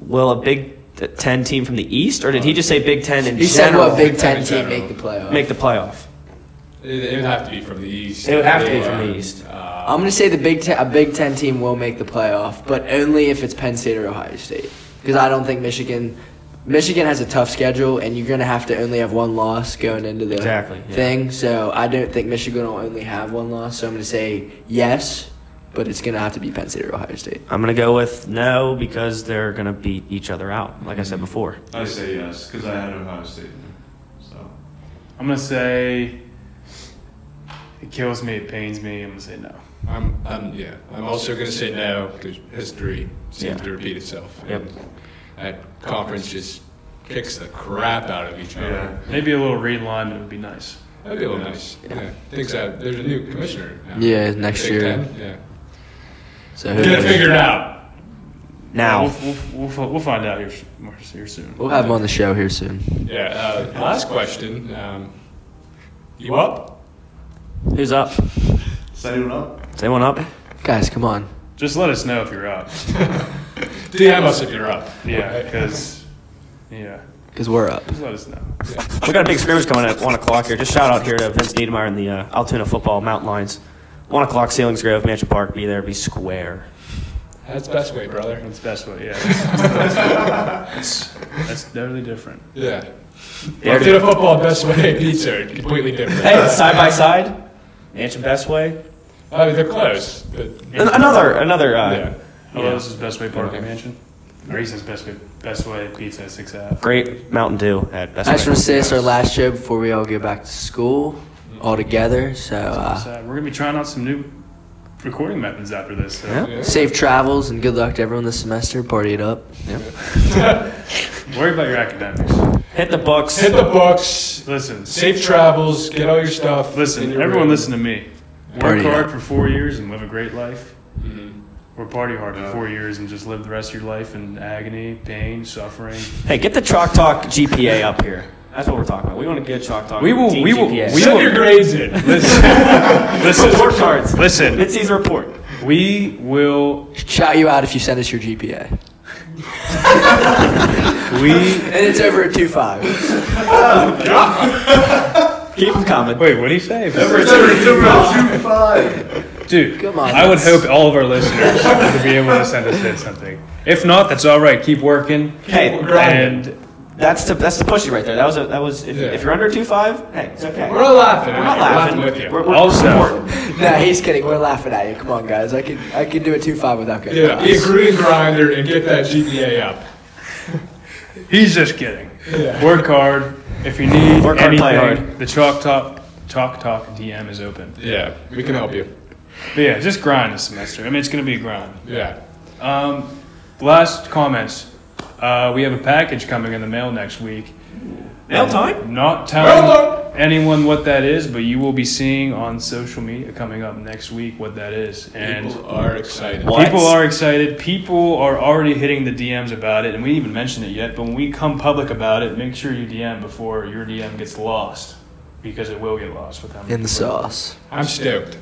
B: "Will a Big Ten team from the East, or did he just say Big Ten in
E: he said
B: general
E: what Big
C: Ten
E: Ten
C: in
E: team
C: general.
E: make the playoff.
B: make the playoff?"
C: It, it would have to be from the east. uh,
B: It would have to be
C: Yeah.
B: from the East.
E: I'm gonna say the Big Ten, a Big Ten team will make the playoff, but only if it's Penn State or Ohio State. Because I don't think Michigan, Michigan has a tough schedule, and you're gonna have to only have one loss going into the
B: Exactly, yeah.
E: thing. So I don't think Michigan will only have one loss. So I'm gonna say yes, but it's gonna have to be Penn State or Ohio State.
B: I'm gonna go with no because they're gonna beat each other out, like I said before.
D: I say yes because I had Ohio State. So
A: I'm gonna say. It kills me. It pains me. I'm gonna say no.
C: I'm, I'm, yeah. I'm also going to say no because history seems
B: Yeah.
C: to repeat itself.
B: Yep.
C: And That conference just kicks the crap out of each other.
D: yeah.
A: Maybe a little realignment would be nice.
C: That'd be a little nice. Yeah. Things that there's a new commissioner. Now.
E: Yeah, next
C: Big
E: year.
C: Ten, Yeah.
E: So who
C: Get it
E: knows?
C: figured out.
B: Now,
A: We'll, we'll, we'll, fi- we'll find out here, s- more- here soon.
E: we'll have him on the show here soon.
C: Yeah. Uh, last question. Um, you up?
B: who's up? Is
D: Is anyone up?
B: anyone up?
E: Guys, come on.
A: Just let us know if you're up.
C: DM us if you're up.
A: Yeah, because, yeah,
E: Because we're up.
A: just let us know.
B: We got a big scrimmage coming at one o'clock here. Just shout out here to Vince Niedermeyer and the uh, Altoona Football Mountain Lions. One o'clock, Ceilings Grove, Mansion Park. Be there, be square.
C: That's the best way, brother.
A: That's the best way, yeah. That's, that's, that's totally different.
C: Yeah.
B: There
C: Did a football best way pizza. Completely different.
B: Hey, side by side, Mansion Best Way.
C: I mean, Uh, they're close, but
B: An- Another, another. Uh,
C: yeah.
A: Hello, Oh, this is Best Way Park
C: Okay.
A: Mansion. Grayson's Best Way, Best Way Pizza, 6 Ave.
B: Great Mountain Dew at Best
E: I just
B: Way.
E: want to say it's our last show before we all go back to school all together. So. Uh,
A: So, uh, we're going to be trying out some new recording methods after this. So.
B: Yeah.
C: Yeah.
E: Safe travels and good luck to everyone this semester. Party it up.
A: Worry about your academics.
B: Hit the books.
C: Hit the books.
A: Listen,
C: Safe travels. Get all your stuff. in
A: listen,
C: your
A: everyone
C: room.
A: listen to me. Work
E: Party
A: hard
E: up.
A: for four years and live a great life.
C: Mhm.
A: Or party hard for
D: Yeah.
A: four years and just live the rest of your life in agony, pain, suffering.
B: Hey, get the Chalk Talk GPA up here. That's what we're talking about. We want to get chalk talk.
A: We will-
B: Team
A: we will-
B: GPS.
A: we
C: Send
A: will-
C: your grades in.
B: report cards.
A: Listen,
B: It's his report.
A: we will,
E: Shout you out if you send us your GPA.
A: we,
E: And it's over at 2.5.
B: Keep him coming.
A: wait, what do you say? Dude,
E: Come on,
A: I would
E: that's-
A: hope all of our listeners would be able to send us in something. If not, that's all right. Keep working.
B: Hey,
A: And
B: that's the that's the pushy right there. That was a, that was if,
C: Yeah.
B: if you're under two five, hey, it's okay.
C: We're not laughing.
B: We're not laughing.
C: with you.
B: We're, we're
A: also,
E: no, he's kidding. We're laughing at you. Come on, guys. I can I can do a 2.5 without good
C: yeah, be a green grinder and get that GPA up.
A: he's just kidding.
C: Yeah.
A: Work hard. If you need
B: Work hard,
A: anything,
B: play
A: the Chalk Talk, Chalk Talk DM is open.
C: Yeah, we can help you.
A: But yeah, just grind this semester. I mean, it's going to be a grind.
C: Yeah.
A: Um, last comments. Uh, we have a package coming in the mail next week.
B: Mail time.
A: Not
C: Mail
A: telling anyone what that is, but you will be seeing on social media coming up next week what that is. And
C: People are excited.
B: What?
A: People are excited. People are already hitting the DMs about it, and we didn't even mention it yet. But when we come public about it, make sure you DM before your DM gets lost, because it will get lost with how many
E: In the sauce.
C: I'm stoked.